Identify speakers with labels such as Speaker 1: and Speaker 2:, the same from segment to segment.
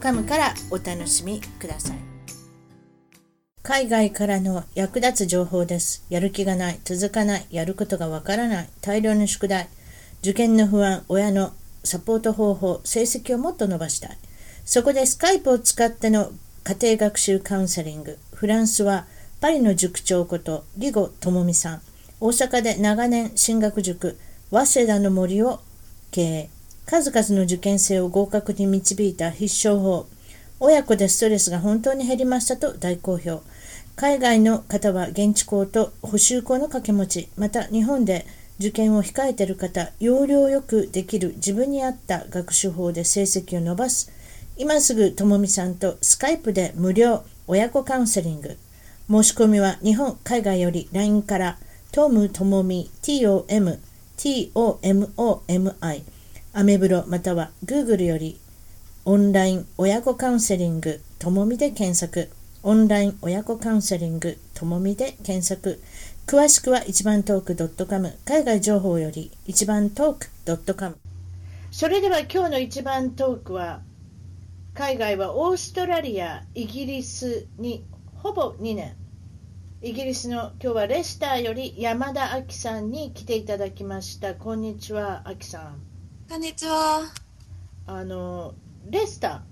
Speaker 1: .com からお楽しみください海外からの役立つ情報です。やる気がない、続かない、やることがわからない、大量の宿題、受験の不安、親のサポート方法、成績をもっと伸ばしたい。そこでスカイプを使っての家庭学習カウンセリング、フランスはパリの塾長こと、リゴ智美さん、大阪で長年進学塾、早稲田の森を経営、数々の受験生を合格に導いた必勝法、親子でストレスが本当に減りましたと大好評。海外の方は現地校と補修校の掛け持ち、また日本で受験を控えている方、要領よくできる自分に合った学習法で成績を伸ばす。今すぐともみさんとスカイプで無料親子カウンセリング。申し込みは日本、海外より LINE から、トムともみ TOM、TOMOMI、アメブロまたは Google よりオンライン親子カウンセリングともみで検索。オンライン親子カウンセリングともみで検索。詳しくは一番トーク .com 海外情報より一番トーク .com それでは今日の一番トークは海外はオーストラリア、イギリスにほぼ2年イギリスの今日はレスターより山田亜紀さんに来ていただきましたこんにちは亜紀さん
Speaker 2: こんにちは。は
Speaker 1: あのレスタ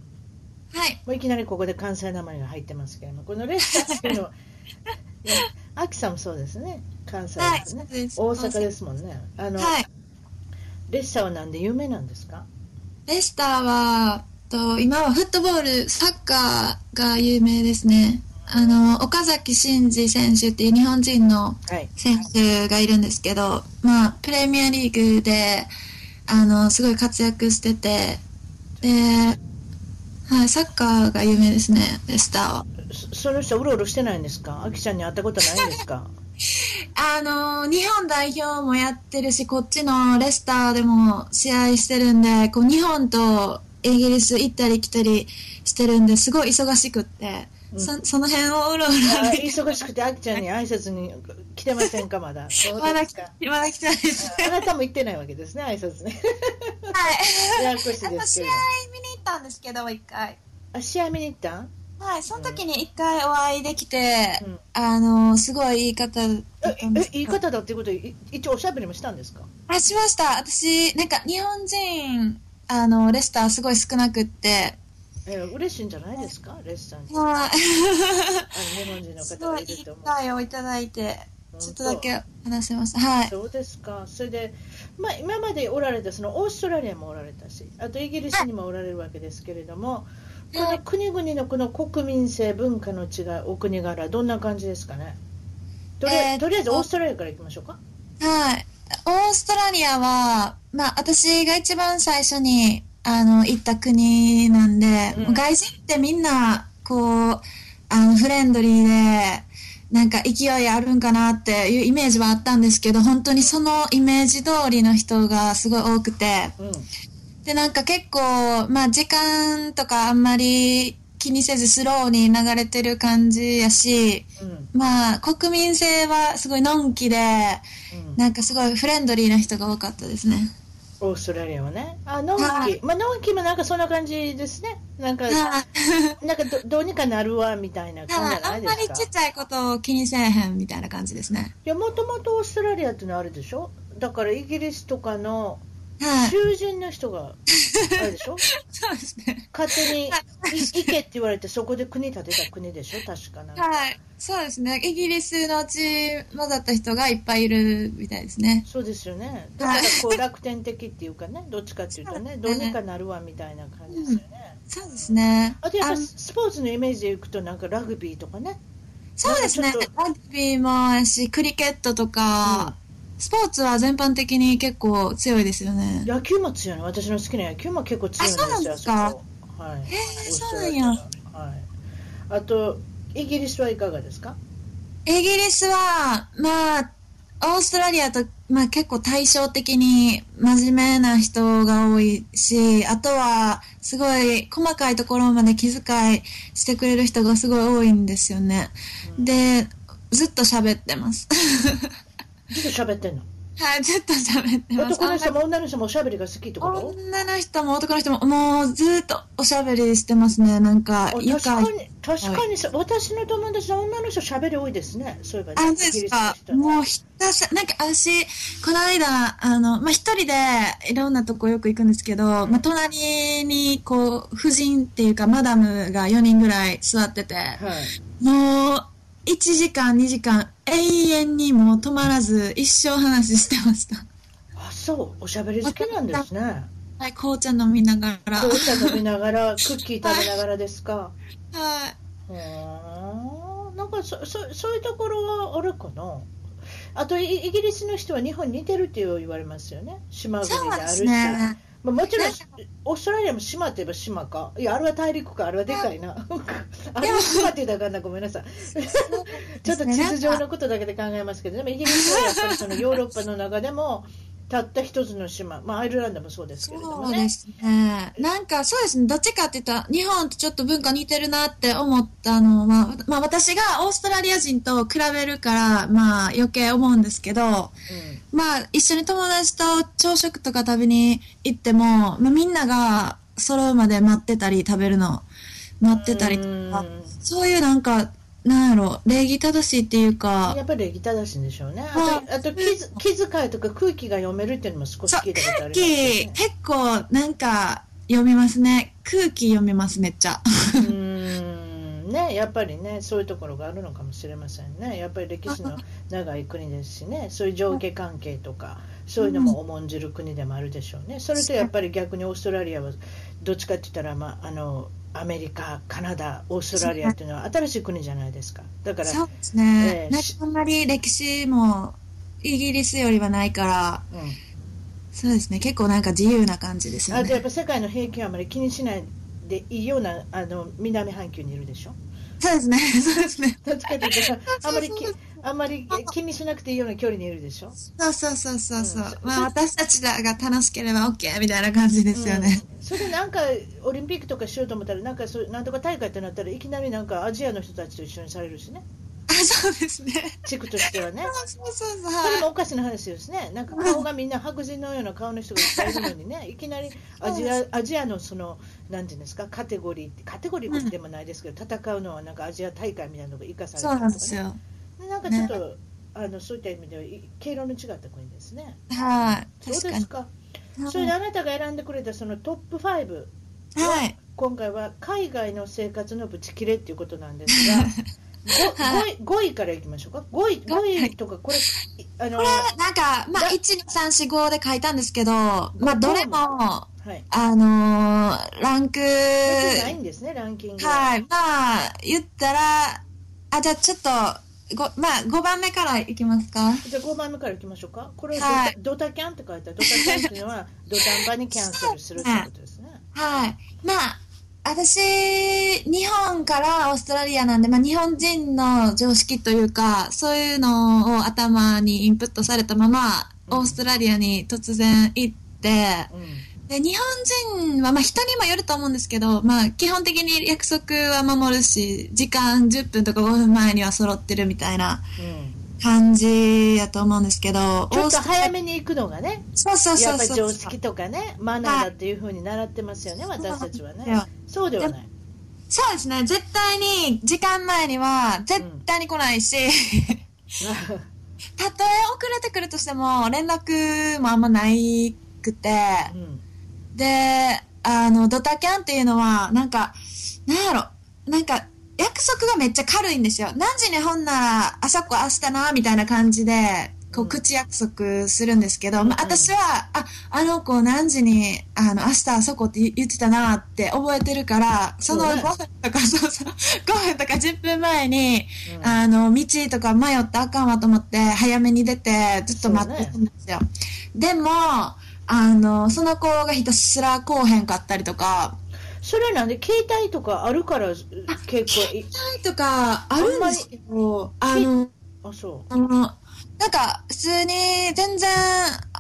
Speaker 1: ー
Speaker 2: い。
Speaker 1: もういきなりここで関西なまりが入ってますけれども、このレスターっていうの は、ね秋さんもそうですね、関西
Speaker 2: はい。
Speaker 1: ですね、
Speaker 2: そうです
Speaker 1: 大阪ですもんね。あの、
Speaker 2: はい。
Speaker 1: レスターはなんで有名なんですか
Speaker 2: レスターは、と今はフットボール、サッカーが有名ですね。あの、岡崎慎司選手っていう日本人の
Speaker 1: はい。
Speaker 2: 選手がいるんですけど、まあ、プレミアリーグで、あの、すごい活躍してて、で、はい、サッカーが有名ですね、レスターは。
Speaker 1: そその人、うろうろしてないんですか秋ちゃんに会ったことないん ですか
Speaker 2: あの日本代表もやってるしこっちのレスターでも試合してるんでこう日本とイギリス行ったり来たりしてるんですごい忙しくって、
Speaker 1: うん
Speaker 2: そその辺をうろう
Speaker 1: あ
Speaker 2: ろ
Speaker 1: 忙しくて秋ちゃんに挨拶に来てませんか、まだ。そう
Speaker 2: まだ
Speaker 1: です
Speaker 2: 来
Speaker 1: か。
Speaker 2: まだ来てないです
Speaker 1: あなたも行ってないわけですね、挨拶 ね。
Speaker 2: はい
Speaker 1: ややこしい
Speaker 2: あ
Speaker 1: で
Speaker 2: の
Speaker 1: す
Speaker 2: 試
Speaker 1: けど。
Speaker 2: 合見に行ったんですけど一回
Speaker 1: あ、試合見に行ったん
Speaker 2: はいその時に一回お会いできて、
Speaker 1: うん
Speaker 2: あのすごいいい方だ
Speaker 1: え
Speaker 2: ったんで
Speaker 1: え
Speaker 2: す、
Speaker 1: 言い方だっていうことで、い一応おしゃべりもしたんですか
Speaker 2: あしました私なんか日本人あのレスターすごい少なくって
Speaker 1: えー、嬉しいんじゃないですか、レッスンに。あ
Speaker 2: はい
Speaker 1: の日本人の
Speaker 2: す
Speaker 1: 方
Speaker 2: ご
Speaker 1: がい
Speaker 2: いい
Speaker 1: る
Speaker 2: い
Speaker 1: と思う。
Speaker 2: 会をいただいて、
Speaker 1: 本当
Speaker 2: ちょっとだ。け話せました。はい。
Speaker 1: そうですか。それで、まあ、今までおられた、そのオーストラリアもおられたし、あとイギリスにもおられるわけですけれども、こ
Speaker 2: は
Speaker 1: の
Speaker 2: い
Speaker 1: 国々のこの国民性、文化の違い、お国柄、どんな感じですかね。とり,、
Speaker 2: えーっと
Speaker 1: とりあえずオーストラリアからいきましょうか。
Speaker 2: はい。オーストラリアは、まあ、私が一番最初に、あの、行った国なんで、
Speaker 1: うん
Speaker 2: もう外人ってみんな、こう、あの、フレンドリーで、なんか勢いあるんかなっていうイメージはあったんですけど、本当にそのイメージ通りの人がすごい多くて、
Speaker 1: うん。
Speaker 2: で、なんか結構、まあ時間とかあんまり気にせずスローに流れてる感じやし、
Speaker 1: うん。
Speaker 2: まあ国民性はすごいのんきで、
Speaker 1: うん
Speaker 2: なんかすごいフレンドリーな人が多かったですね。
Speaker 1: オーストラリアはね。あ、ノンキ、
Speaker 2: はい
Speaker 1: まあ、ノンキもなんかそんな感じですね。なんか、
Speaker 2: はい
Speaker 1: なんかどどうにかなるわみたいな感じじゃな
Speaker 2: あ
Speaker 1: い
Speaker 2: ん
Speaker 1: で
Speaker 2: ますり
Speaker 1: か。
Speaker 2: ちっちゃいことを気にせえへんみたいな感じですね。
Speaker 1: いやもともとオーストラリアっていうのはあるでしょだからイギリスとかの
Speaker 2: はい。
Speaker 1: 囚人の人があれで しょ
Speaker 2: そうですね。
Speaker 1: 勝手にい
Speaker 2: はい
Speaker 1: 行けって言われてそこで国建てた国でしょ確かな、
Speaker 2: はい。そうですね。イギリスのうち混ざった人がいっぱいいるみたいですね。
Speaker 1: そうですよねだからこう楽天的っていうか ねどっちかっていうとねどうにかなるわみたいな感じですよね
Speaker 2: そうですね。
Speaker 1: あとやっぱ
Speaker 2: あの
Speaker 1: スポーツのイメージでいくとなんかラグビーとかね
Speaker 2: そうです
Speaker 1: な
Speaker 2: ね
Speaker 1: んかちょっ。
Speaker 2: ラグビーもやし、クリケットとか、スポーツは全般的に結構強いですよね。
Speaker 1: 野球も強いの私の好きな野球も結構強いんですよ
Speaker 2: あそうなんですか
Speaker 1: あそこはい、
Speaker 2: えー
Speaker 1: オーストラ
Speaker 2: そうなん
Speaker 1: リ
Speaker 2: や
Speaker 1: アからはい、あとイギリスはいかがですか
Speaker 2: イギリスは、まあ、オーストラリアと、まあ、結構対照的に真面目な人が多いし、あとは、すごい細かいところまで気遣いしてくれる人がすごい多いんですよね。で、ずっと喋ってます。
Speaker 1: ずっと喋ってんの
Speaker 2: はい、ずっと喋ってます。
Speaker 1: 男の人も女の人もおしゃべりが好きってこと
Speaker 2: 女の人も男の人も、もうずっとおしゃべりしてますね。なんか
Speaker 1: あ、
Speaker 2: 愉
Speaker 1: 確か
Speaker 2: 快。
Speaker 1: に確かにさ、私の友達の女の人喋り多いですねそういえばね
Speaker 2: あそう
Speaker 1: イギ
Speaker 2: です
Speaker 1: リスの
Speaker 2: か
Speaker 1: 人
Speaker 2: もうひたすら、なんか私、この間、あの、まあ、一人でいろんなとこよく行くんですけど、まあ、隣に、こう、夫人っていうか、マダムが4人ぐらい座ってて、
Speaker 1: はい
Speaker 2: もう、1時間、2時間、永遠にもう止まらず、一生話してました。
Speaker 1: あそうおしゃべり好きなんですね
Speaker 2: はい、紅茶飲みなが ら。はい
Speaker 1: 紅。茶飲みなが らクッキー食べながらですかうーんなんかそそそういうところはあるかなあとイイギリスの人は日本に似てるって言われますよね島国
Speaker 2: そ
Speaker 1: で
Speaker 2: う
Speaker 1: あ
Speaker 2: で
Speaker 1: るし、
Speaker 2: すね。
Speaker 1: まあ、もちろん
Speaker 2: なんか
Speaker 1: オーストラリアも島といえば島かいやあれは大陸かあれはでかいな あれ
Speaker 2: で
Speaker 1: は
Speaker 2: も
Speaker 1: 島って言ったらあかんなごめんなさいちょっと地図上のことだけで考えますけど、でもイギリスはやっぱりそのヨーロッパの中でもたった一つの島、まあ、アイルランドもそうですけれど
Speaker 2: そ
Speaker 1: も
Speaker 2: う
Speaker 1: ね
Speaker 2: で。すね。なんかそうですね、どっちかって言ったら、日本とちょっと文化似てるなって思ったのは、まあ私がオーストラリア人と比べるから、まあ余計思うんですけど、まあ一緒に友達と朝食とか食べに行っても、まあみんなが揃うまで待ってたり食べるの、待ってたりとか
Speaker 1: うん、
Speaker 2: そういうなんか、なんやろ、礼儀正しいっていうか、
Speaker 1: やっぱり礼儀正しいんでしょうね。
Speaker 2: ま
Speaker 1: あ
Speaker 2: あ
Speaker 1: とあと気づ気遣いとか空気が読めるっていうのも少し
Speaker 2: そう
Speaker 1: 聞いたことあり
Speaker 2: 空
Speaker 1: ますよ
Speaker 2: 気、
Speaker 1: ね。
Speaker 2: 結構なんか読みますね。空気読みます、めっちゃ。
Speaker 1: うーんね、やっぱりね、そういうところがあるのかもしれませんね。やっぱり歴史の長い国ですしね、そういう上下関係とか、そういうのも重んじる国でもあるでしょうね。それとやっぱり逆にオーストラリアは、どっちかって言ったら、まあ、あのアメリカ、カナダ、オーストラリアっていうのは新しい国じゃないですか。だから、
Speaker 2: そうです
Speaker 1: え
Speaker 2: ね。
Speaker 1: え
Speaker 2: なんかあんまり歴史もイギリスよりはないから、
Speaker 1: うん
Speaker 2: そうですね。結構なんか自由な感じですよ
Speaker 1: あとやっ
Speaker 2: ね。
Speaker 1: ぱ世界の平均はあまり気にしないでいいようなあの南半球にいるでしょ。
Speaker 2: そうですね。 そうですね。
Speaker 1: どっちかというとあまりき
Speaker 2: そうそう
Speaker 1: あまり気にしなくていいような距離にいるでしょ。
Speaker 2: そうそうそうそうそう。
Speaker 1: うん
Speaker 2: まあ私たちらが楽しければ OK みたいな感じですよね。
Speaker 1: うんそれでなんかオリンピックとかしようと思ったらなんかそうなんとか大会ってなったらいきなりなんかアジアの人たちと一緒にされるしね。
Speaker 2: あ、 そうですね。
Speaker 1: 地区としてはね。
Speaker 2: そうそうそうそう。
Speaker 1: それ
Speaker 2: は
Speaker 1: もおかしな話ですね。なんか顔がみんな白人のような顔の人がいっぱいいるのにね、いきなりアジアアジアのその、なんていうんですか、カテゴリー、カテゴリーでもないですけど、戦うのはなんかアジア大会みたいなのが生かさ
Speaker 2: い
Speaker 1: れ
Speaker 2: そ
Speaker 1: た
Speaker 2: う
Speaker 1: りと
Speaker 2: な
Speaker 1: か
Speaker 2: ん
Speaker 1: ね
Speaker 2: ですよ。
Speaker 1: なんかちょっと、あのそういった意味ではい毛色の違った国ですね。
Speaker 2: はい。
Speaker 1: どう
Speaker 2: 確
Speaker 1: で
Speaker 2: かに
Speaker 1: す。かそれで
Speaker 2: は
Speaker 1: あなたが選んでくれたそのトップ5、
Speaker 2: い。
Speaker 1: 今回は海外の生活のブチ切れっていうことなんです が、
Speaker 2: は
Speaker 1: 5, 位からいきましょうか、5位五位とか、これ、いあの
Speaker 2: これはなんか、まあ、1、2、3、4、5で書いたんですけど、まあ、どれも、
Speaker 1: はい、
Speaker 2: あのーランク、
Speaker 1: 別にないんですね、ランキング
Speaker 2: はい、まあ、言ったら、あ、じゃあちょっと、ごまあ、5番目からいきますか。
Speaker 1: じゃあ5番目からいきましょうか。これ
Speaker 2: は
Speaker 1: はいドタドタキャンって書いてある。ドタキャンっていうの はドタンバにキャンセルするってことですね。
Speaker 2: はい。まあ、私、日本からオーストラリアなんで、まあ、日本人の常識というか、そういうのを頭にインプットされたまま、
Speaker 1: うん
Speaker 2: オーストラリアに突然行って、
Speaker 1: うん
Speaker 2: で日本人は、まあ、人にもよると思うんですけど、まあ、基本的に約束は守るし時間10分とか5分前には揃ってるみたいな
Speaker 1: うん
Speaker 2: 感じやと思うんですけど
Speaker 1: ちょっと
Speaker 2: オーストラ
Speaker 1: 早めに行くのがね、
Speaker 2: そうそう
Speaker 1: や
Speaker 2: そ
Speaker 1: っ
Speaker 2: う
Speaker 1: ぱり
Speaker 2: そ
Speaker 1: 常
Speaker 2: う
Speaker 1: 識とかね、マナーだっていうふうに習ってますよね、
Speaker 2: はい
Speaker 1: 私たちはね
Speaker 2: そうなん。
Speaker 1: そうではない。
Speaker 2: そうですね絶対に時間前には絶対に来な いし、たとえ遅れてくるとしても連絡もあんまないくて、
Speaker 1: うん
Speaker 2: で、あの、ドタキャンっていうのは、なんか、なんやろ、なんか、約束がめっちゃ軽いんですよ。何時に本なら、あそこ明日な、みたいな感じで、こ
Speaker 1: う
Speaker 2: う、
Speaker 1: ん
Speaker 2: 口約束するんですけど、まあ、
Speaker 1: うんうん
Speaker 2: 私は、あ、あの子何時に、あの、明日あそこって言言ってたなって覚えてるから、その
Speaker 1: そう
Speaker 2: 5
Speaker 1: ね
Speaker 2: 分とか、そうそう、5分とか10分前に、
Speaker 1: うん
Speaker 2: あの、道とか迷ったらあかんわと思って、早めに出て、ずっと待ってたんですよ。でも、あの、その子がひたすら来おへんかったりとか、
Speaker 1: それなんで携帯とかあるから結構い
Speaker 2: ないとかあるんですけど、あの、
Speaker 1: あそ
Speaker 2: あの、なんか、普通に全然、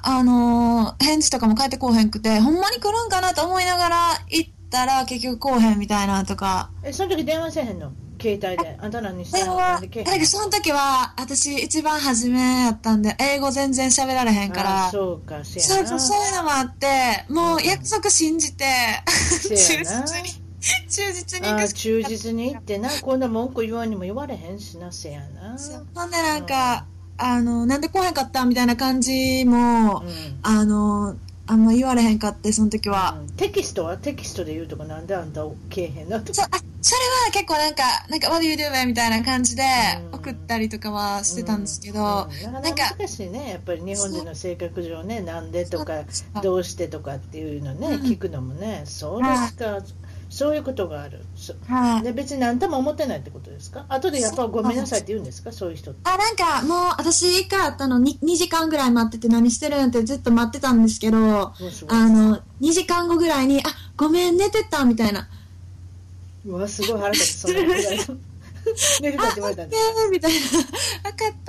Speaker 2: あの、返事とかも返ってこうへんくて、ほんまに来るんかなと思いながら行ったら結局こうへんみたいなとか。
Speaker 1: うえその時電話せえへんの携帯であんた何して
Speaker 2: 電
Speaker 1: んの
Speaker 2: 話、
Speaker 1: なんでけえへん
Speaker 2: だけどその時は、私一番初めやったんで、英語全然喋られへんか
Speaker 1: あ
Speaker 2: ら。そう
Speaker 1: そうかせ
Speaker 2: そ
Speaker 1: や
Speaker 2: う
Speaker 1: な
Speaker 2: そういうのもあって、もう約束信じて、忠
Speaker 1: せやな
Speaker 2: 実に、 忠実に行
Speaker 1: あ
Speaker 2: く
Speaker 1: ー
Speaker 2: しか
Speaker 1: 忠実に言ってなこんな文句言わんにも言われへんしなせやな
Speaker 2: そうほんでなんか、あの、なんで来へんかったみたいな感じも、
Speaker 1: うん
Speaker 2: あの、あんま言われへんかって、その時は。
Speaker 1: うんテキストはテキストで言うとこなんであんたけえへんのとか
Speaker 2: そうあそれは結構なんか、なんか、what do you do, man? みたいな感じで
Speaker 1: うん
Speaker 2: 送ったりとかはしてたんですけど、
Speaker 1: うんな
Speaker 2: な
Speaker 1: か
Speaker 2: ん
Speaker 1: なか
Speaker 2: か、
Speaker 1: 難しいねやっぱり日本人の性格上ねなんでとか
Speaker 2: あ
Speaker 1: どうしてとかっていうのね、
Speaker 2: うん
Speaker 1: 聞くのもねそうですかそういうことがあるそ
Speaker 2: はい
Speaker 1: で別に何とも思ってないってことですか後でやっぱごめんなさいって言うんですかそういう人って
Speaker 2: あ、なんかもう私一回あったの 2, 2時間ぐらい待ってて何してるんってずっと待ってたんですけど、
Speaker 1: もうすごい
Speaker 2: あの、2時間後ぐらいに、あ、ごめん寝てたみたいな、
Speaker 1: うわすごい腹立つそんなぐらいの寝るかって言われたん
Speaker 2: え
Speaker 1: です
Speaker 2: ーみたいな、分か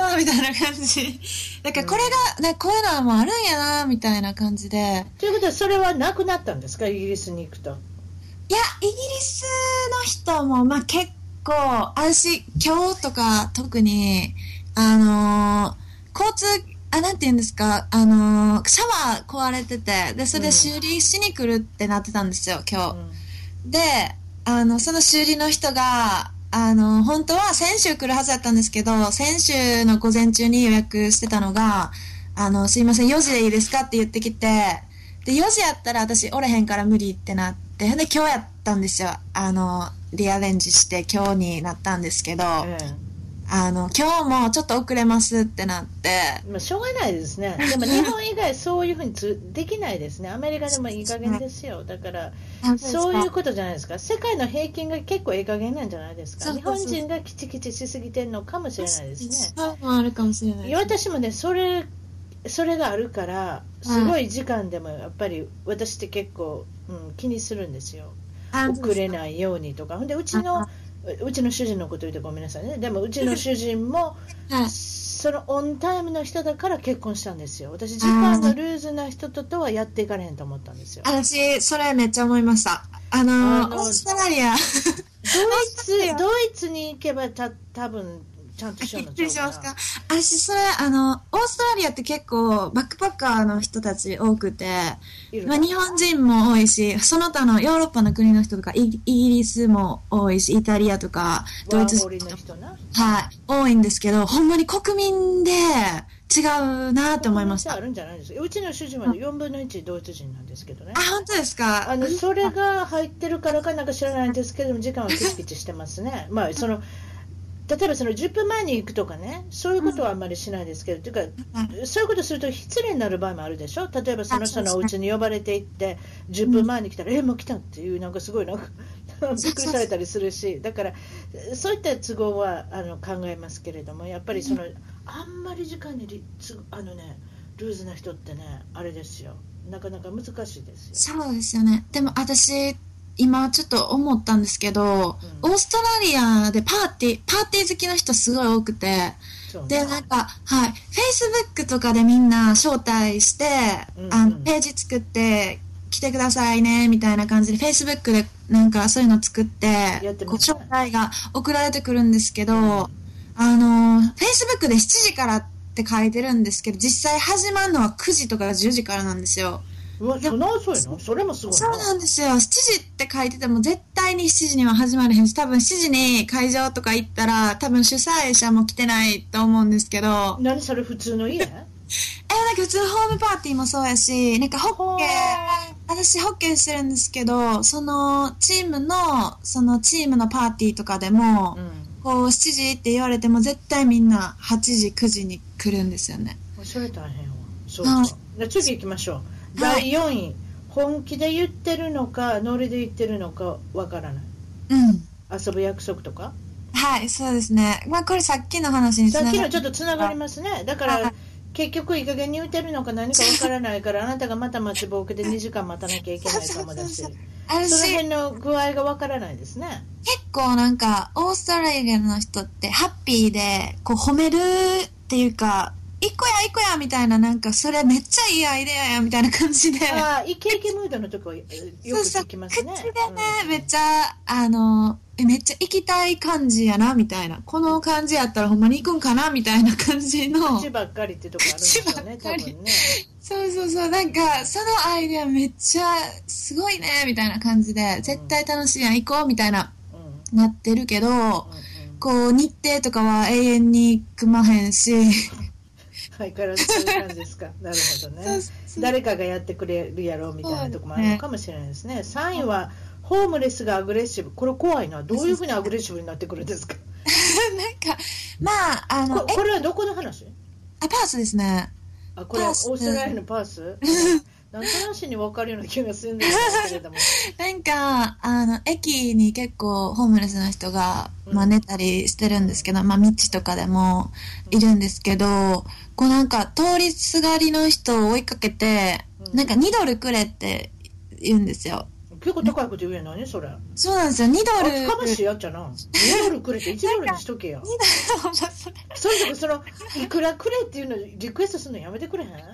Speaker 2: ったみたいな感じ。だからこれが、なんかこういうのはもうあるんやな、みたいな感じで。いや、
Speaker 1: ということはそれはなくなったんですかイギリスに行くと
Speaker 2: イギリスの人も、まあ結構、私、今日とか特に、あのー交通、あ、なんて言うんですか、あのーシャワー壊れてて、で、それ
Speaker 1: うん
Speaker 2: で修理しに来るってなってたんですよ、今日。
Speaker 1: うん
Speaker 2: であのその修理の人があの本当は先週来るはずだったんですけど先週の午前中に予約してたのが「あのすいません4時でいいですか?」って言ってきてで4時やったら私おれへんから無理ってなってで今日やったんですよあのリアレンジして今日になったんですけどあ
Speaker 1: ええ
Speaker 2: の今日もちょっと遅れますってなって
Speaker 1: まあ、しょうがないですね、でも日本以外、そういうふうにつできないですね、アメリカでもいい加減ですよ、だからそういうことじゃないですか、世界の平均が結構いい加減なんじゃないですか、
Speaker 2: そう
Speaker 1: 日
Speaker 2: そう
Speaker 1: 本
Speaker 2: そう
Speaker 1: 人がきちきちしすぎてるのかもしれないです
Speaker 2: そうもあるかもしれない
Speaker 1: ね。私もねそれそれがあるから、すごい時間でもやっぱり私って結構、うん、気にするんですよ、遅れ
Speaker 2: い
Speaker 1: ないようにとか、ほんでうち
Speaker 2: あ
Speaker 1: のうちの主人のこと言うとごめんなさいね、でもうちの主人も
Speaker 2: はい
Speaker 1: そのオンタイムの人だから結婚したんですよ。私、時間のルーズな人ととはやっていかれへんと思ったんですよ。
Speaker 2: 私それめっちゃ思いましたあのー
Speaker 1: あの
Speaker 2: オーストラリア
Speaker 1: ドイツ
Speaker 2: そうよ、
Speaker 1: ドイツに行けばた多分ちゃんと しようの
Speaker 2: 失
Speaker 1: ちゃ
Speaker 2: 礼
Speaker 1: うか
Speaker 2: しまし
Speaker 1: な
Speaker 2: た。私それあのオーストラリアって結構バックパッカーの人たち多くて、
Speaker 1: いる
Speaker 2: まあ、日本人も多いしその他のヨーロッパの国の人とかイイギリスも多いしイタリアとかド
Speaker 1: ワ
Speaker 2: イ
Speaker 1: ー
Speaker 2: ツ
Speaker 1: ホリの人な。
Speaker 2: はい多いんですけどほんまに国民で違うなと思いました
Speaker 1: あ
Speaker 2: あ
Speaker 1: るんじゃないですか。うちの主人は4分の1ドイツ人なんですけどね。
Speaker 2: 本当ですか
Speaker 1: あのそれが入ってるからかなんか知らないんですけども、時間はキチキチしてますね。 まあその例えばその10分前に行くとかね、そういうことはあんまりしないですけど、というか、そういうことすると失礼になる場合もあるでしょ、例えばその人のお家に呼ばれて行って、10分前に来たら、え、もう来たっていう、なんかすごいなんかびっくりされたりするし、だから、そういった都合はあの考えますけれども、やっぱりその、あんまり時間にりつあの、ね、ルーズな人ってね、あれですよ、なかなか難しいですよ。
Speaker 2: そうですよね。でも私、今ちょっと思ったんですけど、
Speaker 1: うん
Speaker 2: オーストラリアでパーティー、パーティー好きの人すごい多くて、
Speaker 1: そうね
Speaker 2: で、なんか、はい、Facebook とかでみんな招待して、
Speaker 1: うん
Speaker 2: あの
Speaker 1: うん
Speaker 2: ページ作って、来てくださいね、みたいな感じで、Facebook でなんかそういうの作って、
Speaker 1: やって
Speaker 2: こう
Speaker 1: ますね
Speaker 2: 招待が送られてくるんですけど、あの、Facebook で7時からって書いてるんですけど、実際始まるのは9時とか10時からなんですよ。
Speaker 1: うわ、そんな遅いのそれもすごい
Speaker 2: そうなんですよ7時って書いてても絶対に7時には始まれへんし多分7時に会場とか行ったら多分主催者も来てないと思うんですけどえなんか
Speaker 1: 何それ普通の家
Speaker 2: 普通ホームパーティーもそうやしなんかホッケー
Speaker 1: へ
Speaker 2: 私ホッケーしてるんですけどそのチームのそのチームのパーティーとかでも、
Speaker 1: うん。
Speaker 2: こう7時って言われても絶対みんな8時9時に来るんですよね
Speaker 1: それ大変わ。そう
Speaker 2: は
Speaker 1: か
Speaker 2: い。
Speaker 1: じゃあ次行きましょう。
Speaker 2: は
Speaker 1: 第4位。本気で言ってるのか、ノリで言ってるのかわからない。
Speaker 2: うん
Speaker 1: 遊ぶ約束とか。
Speaker 2: はいそうですねまあこれさっきの話につ
Speaker 1: さ
Speaker 2: な
Speaker 1: っ
Speaker 2: が
Speaker 1: き
Speaker 2: る
Speaker 1: のちょっとつながりますね。だか
Speaker 2: は
Speaker 1: ら
Speaker 2: い、
Speaker 1: 結局いい加減に言ってるのか何かわからないから、あなたがまた待ちぼうけで2時間待たなきゃいけないかもだし
Speaker 2: そうそう。安
Speaker 1: その
Speaker 2: 心
Speaker 1: 辺の具合がわからないですね。
Speaker 2: 結構なんかオーストラリアの人ってハッピーでこう褒めるっていうか一個や一個やみたいななんかそれめっちゃいいアイデアやみたいな感じで
Speaker 1: ああ、イケイケムードのとこよく聞きますね。
Speaker 2: 口でね、めっちゃあのえめっちゃ行きたい感じやなみたいなこの感じやったらほんまに行くんかなみたいな感じ
Speaker 1: うん
Speaker 2: の
Speaker 1: 口ばっかりってとこあるんですよね、
Speaker 2: 口
Speaker 1: 多
Speaker 2: ばっかり
Speaker 1: 分ね。
Speaker 2: そうそうそうなんかそのアイデアめっちゃすごいねみたいな感じで絶対楽しいやん行こうみたいな
Speaker 1: うんうん
Speaker 2: なってるけど、
Speaker 1: うん
Speaker 2: こう日程とかは永遠に組まへんし、
Speaker 1: 相変わらずそういう感じです か。なるほどね。
Speaker 2: そうそう
Speaker 1: 誰かがやってくれるやろうみたいなとこもあるのかもしれないですね。3位はホームレスがアグレッシブ、これ怖いな、どういうふうにアグレッシブになってくるんですか、
Speaker 2: なんかまああの
Speaker 1: こ
Speaker 2: え
Speaker 1: これはどこの話
Speaker 2: あパースですね
Speaker 1: あこれ
Speaker 2: パ
Speaker 1: オー
Speaker 2: ース
Speaker 1: ストラリアのパースなんとなしに分かるような気がするんですけれども、
Speaker 2: なんかあの駅に結構ホームレスの人が、
Speaker 1: うん
Speaker 2: まあ、寝たりしてるんですけど、まあ、道とかでもいるんですけど、こうなんか通りすがりの人を追いかけて、
Speaker 1: うん
Speaker 2: なんか2ドルくれって言うんですよ
Speaker 1: 結構高いこと言うやん何それ
Speaker 2: そうなんですよ2ドル
Speaker 1: 厚かましいやっちゃな2ドルくれて1ドルにしとけよ
Speaker 2: そうそう
Speaker 1: それとかそのいくらくれっていうのリクエストするのやめてくれへん
Speaker 2: なんで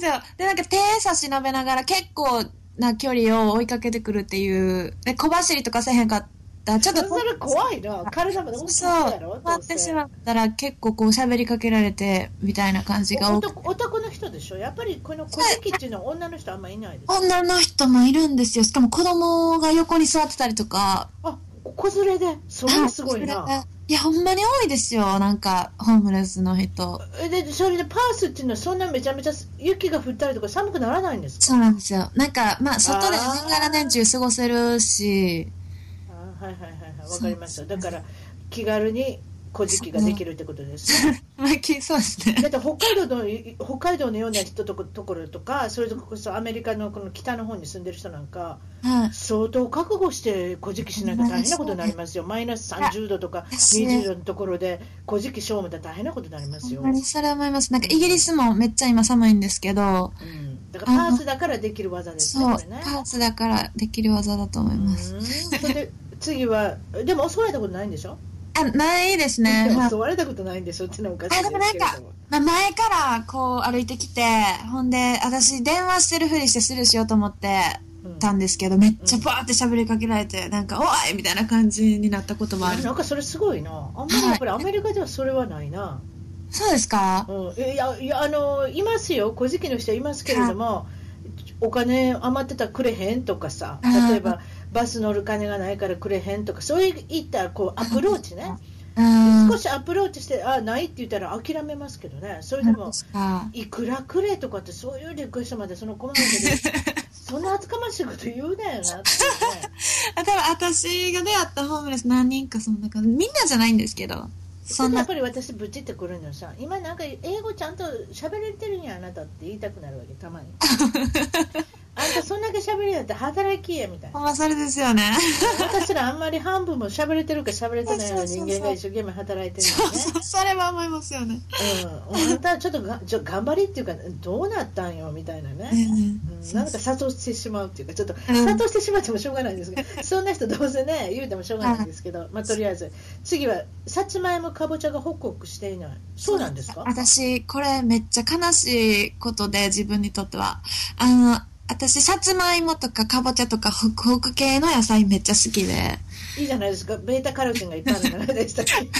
Speaker 2: すよでなんか手差し伸べながら結構な距離を追いかけてくるっていうで小走りとかせへんかったらちょっと
Speaker 1: それ怖いな体まで大きい
Speaker 2: そ
Speaker 1: やろ
Speaker 2: う終わってし
Speaker 1: う
Speaker 2: まったら結構こう喋りかけられてみたいな感じが多く
Speaker 1: 男男の人でしょやっぱりこの小席っていうのは女の人あんまいないです
Speaker 2: 女の人もいるんですよしかも子供が横に座ってたりとか
Speaker 1: あ子連れでそれはすごいな
Speaker 2: あいやほんまに多いですよなんかホームレスの人
Speaker 1: えでそれでパースっていうのはそんなめちゃめちゃ雪が降ったりとか寒くならないんですか
Speaker 2: そうなんですよなんかまあ外で年がら年中過ごせるし
Speaker 1: あはいはいはいはいわかりましただから気軽に小じきができるってことですね
Speaker 2: まあきそうですね
Speaker 1: だって北海道のい北海道のような人とこところとかそれとこそアメリカのこの北の方に住んでる人なんか
Speaker 2: はい
Speaker 1: 相当覚悟して小じきしないと大変なことになりますよマイナス30度とか
Speaker 2: そうね
Speaker 1: 20度のところで小じき勝負で大変なことになります
Speaker 2: ほ
Speaker 1: よ、
Speaker 2: んまにそれ思います。なんかイギリスもめっちゃ今寒いんですけど、
Speaker 1: うん、だからパースだからできる技ですね
Speaker 2: そう、
Speaker 1: これね
Speaker 2: パーツだからできる技だと思います。
Speaker 1: うんそれで次はでも襲われたことないんでしょ、
Speaker 2: あ、ないです
Speaker 1: で
Speaker 2: ね。
Speaker 1: も
Speaker 2: はい
Speaker 1: 襲われたことないんでしょっていうのはおかしいですけれ
Speaker 2: あで
Speaker 1: ども
Speaker 2: まあ、前からこう歩いてきて、ほんで、私電話してるふりしてスルーしようと思って
Speaker 1: うん
Speaker 2: たんですけど、めっちゃバーって喋りかけられて、なんか、おいみたいな感じになったこともある。
Speaker 1: なんかそれすごいなあんまりやっぱりアメリカではそれはないな、
Speaker 2: そうですか
Speaker 1: うん、いやいやあのいますよ小じきの人はいますけれどもお金余ってたらくれへんとかさ
Speaker 2: うん
Speaker 1: 例えばバス乗る金がないからくれへんとかそういったこうアプローチね
Speaker 2: うん。
Speaker 1: 少しアプローチしてあないって言ったら諦めますけどねそれで
Speaker 2: そう
Speaker 1: も
Speaker 2: ですか。
Speaker 1: いくらくれとかってそういうリクエストまでその細かくで そんな厚かましいこと言うなよなって
Speaker 2: あ、多分私が出会ったホームレス何人かそんな感じ。みんなじゃないんですけど、そ
Speaker 1: ね、
Speaker 2: ん
Speaker 1: やっ
Speaker 2: な。
Speaker 1: ぱり私ブチってくるのさ今なんか英語ちゃんと喋れてるんやあなたって言いたくなるわけた まにあんたそんだけ喋れるんやって働きやみたい
Speaker 2: ほ
Speaker 1: なん
Speaker 2: まそれですよね。
Speaker 1: 私らあんまり半分も喋れてるか喋れてないような人間が一生懸命働いてる
Speaker 2: そう
Speaker 1: のね
Speaker 2: そう、 それは思いますよね。
Speaker 1: うん、あんたちょっとがちょ頑張りっていうかどうなったんよみたいなね、うんなんか諭してしまうっていうか、ちょっと
Speaker 2: うん
Speaker 1: 諭してしまってもしょうがないんですけど、そんな人どうせね、言うてもしょうがないんですけど、まあ、とりあえず、次は、さつまいも、かぼちゃがホクホクしていない。そうなんですか
Speaker 2: 私、これめっちゃ悲しいことで、自分にとっては。あの、私、さつまいもとかかぼちゃとかホクホク系の野菜めっちゃ好きで、
Speaker 1: いいじゃないですか、ベータカロテンがいっぱいあるんじゃない でしたっけ
Speaker 2: 日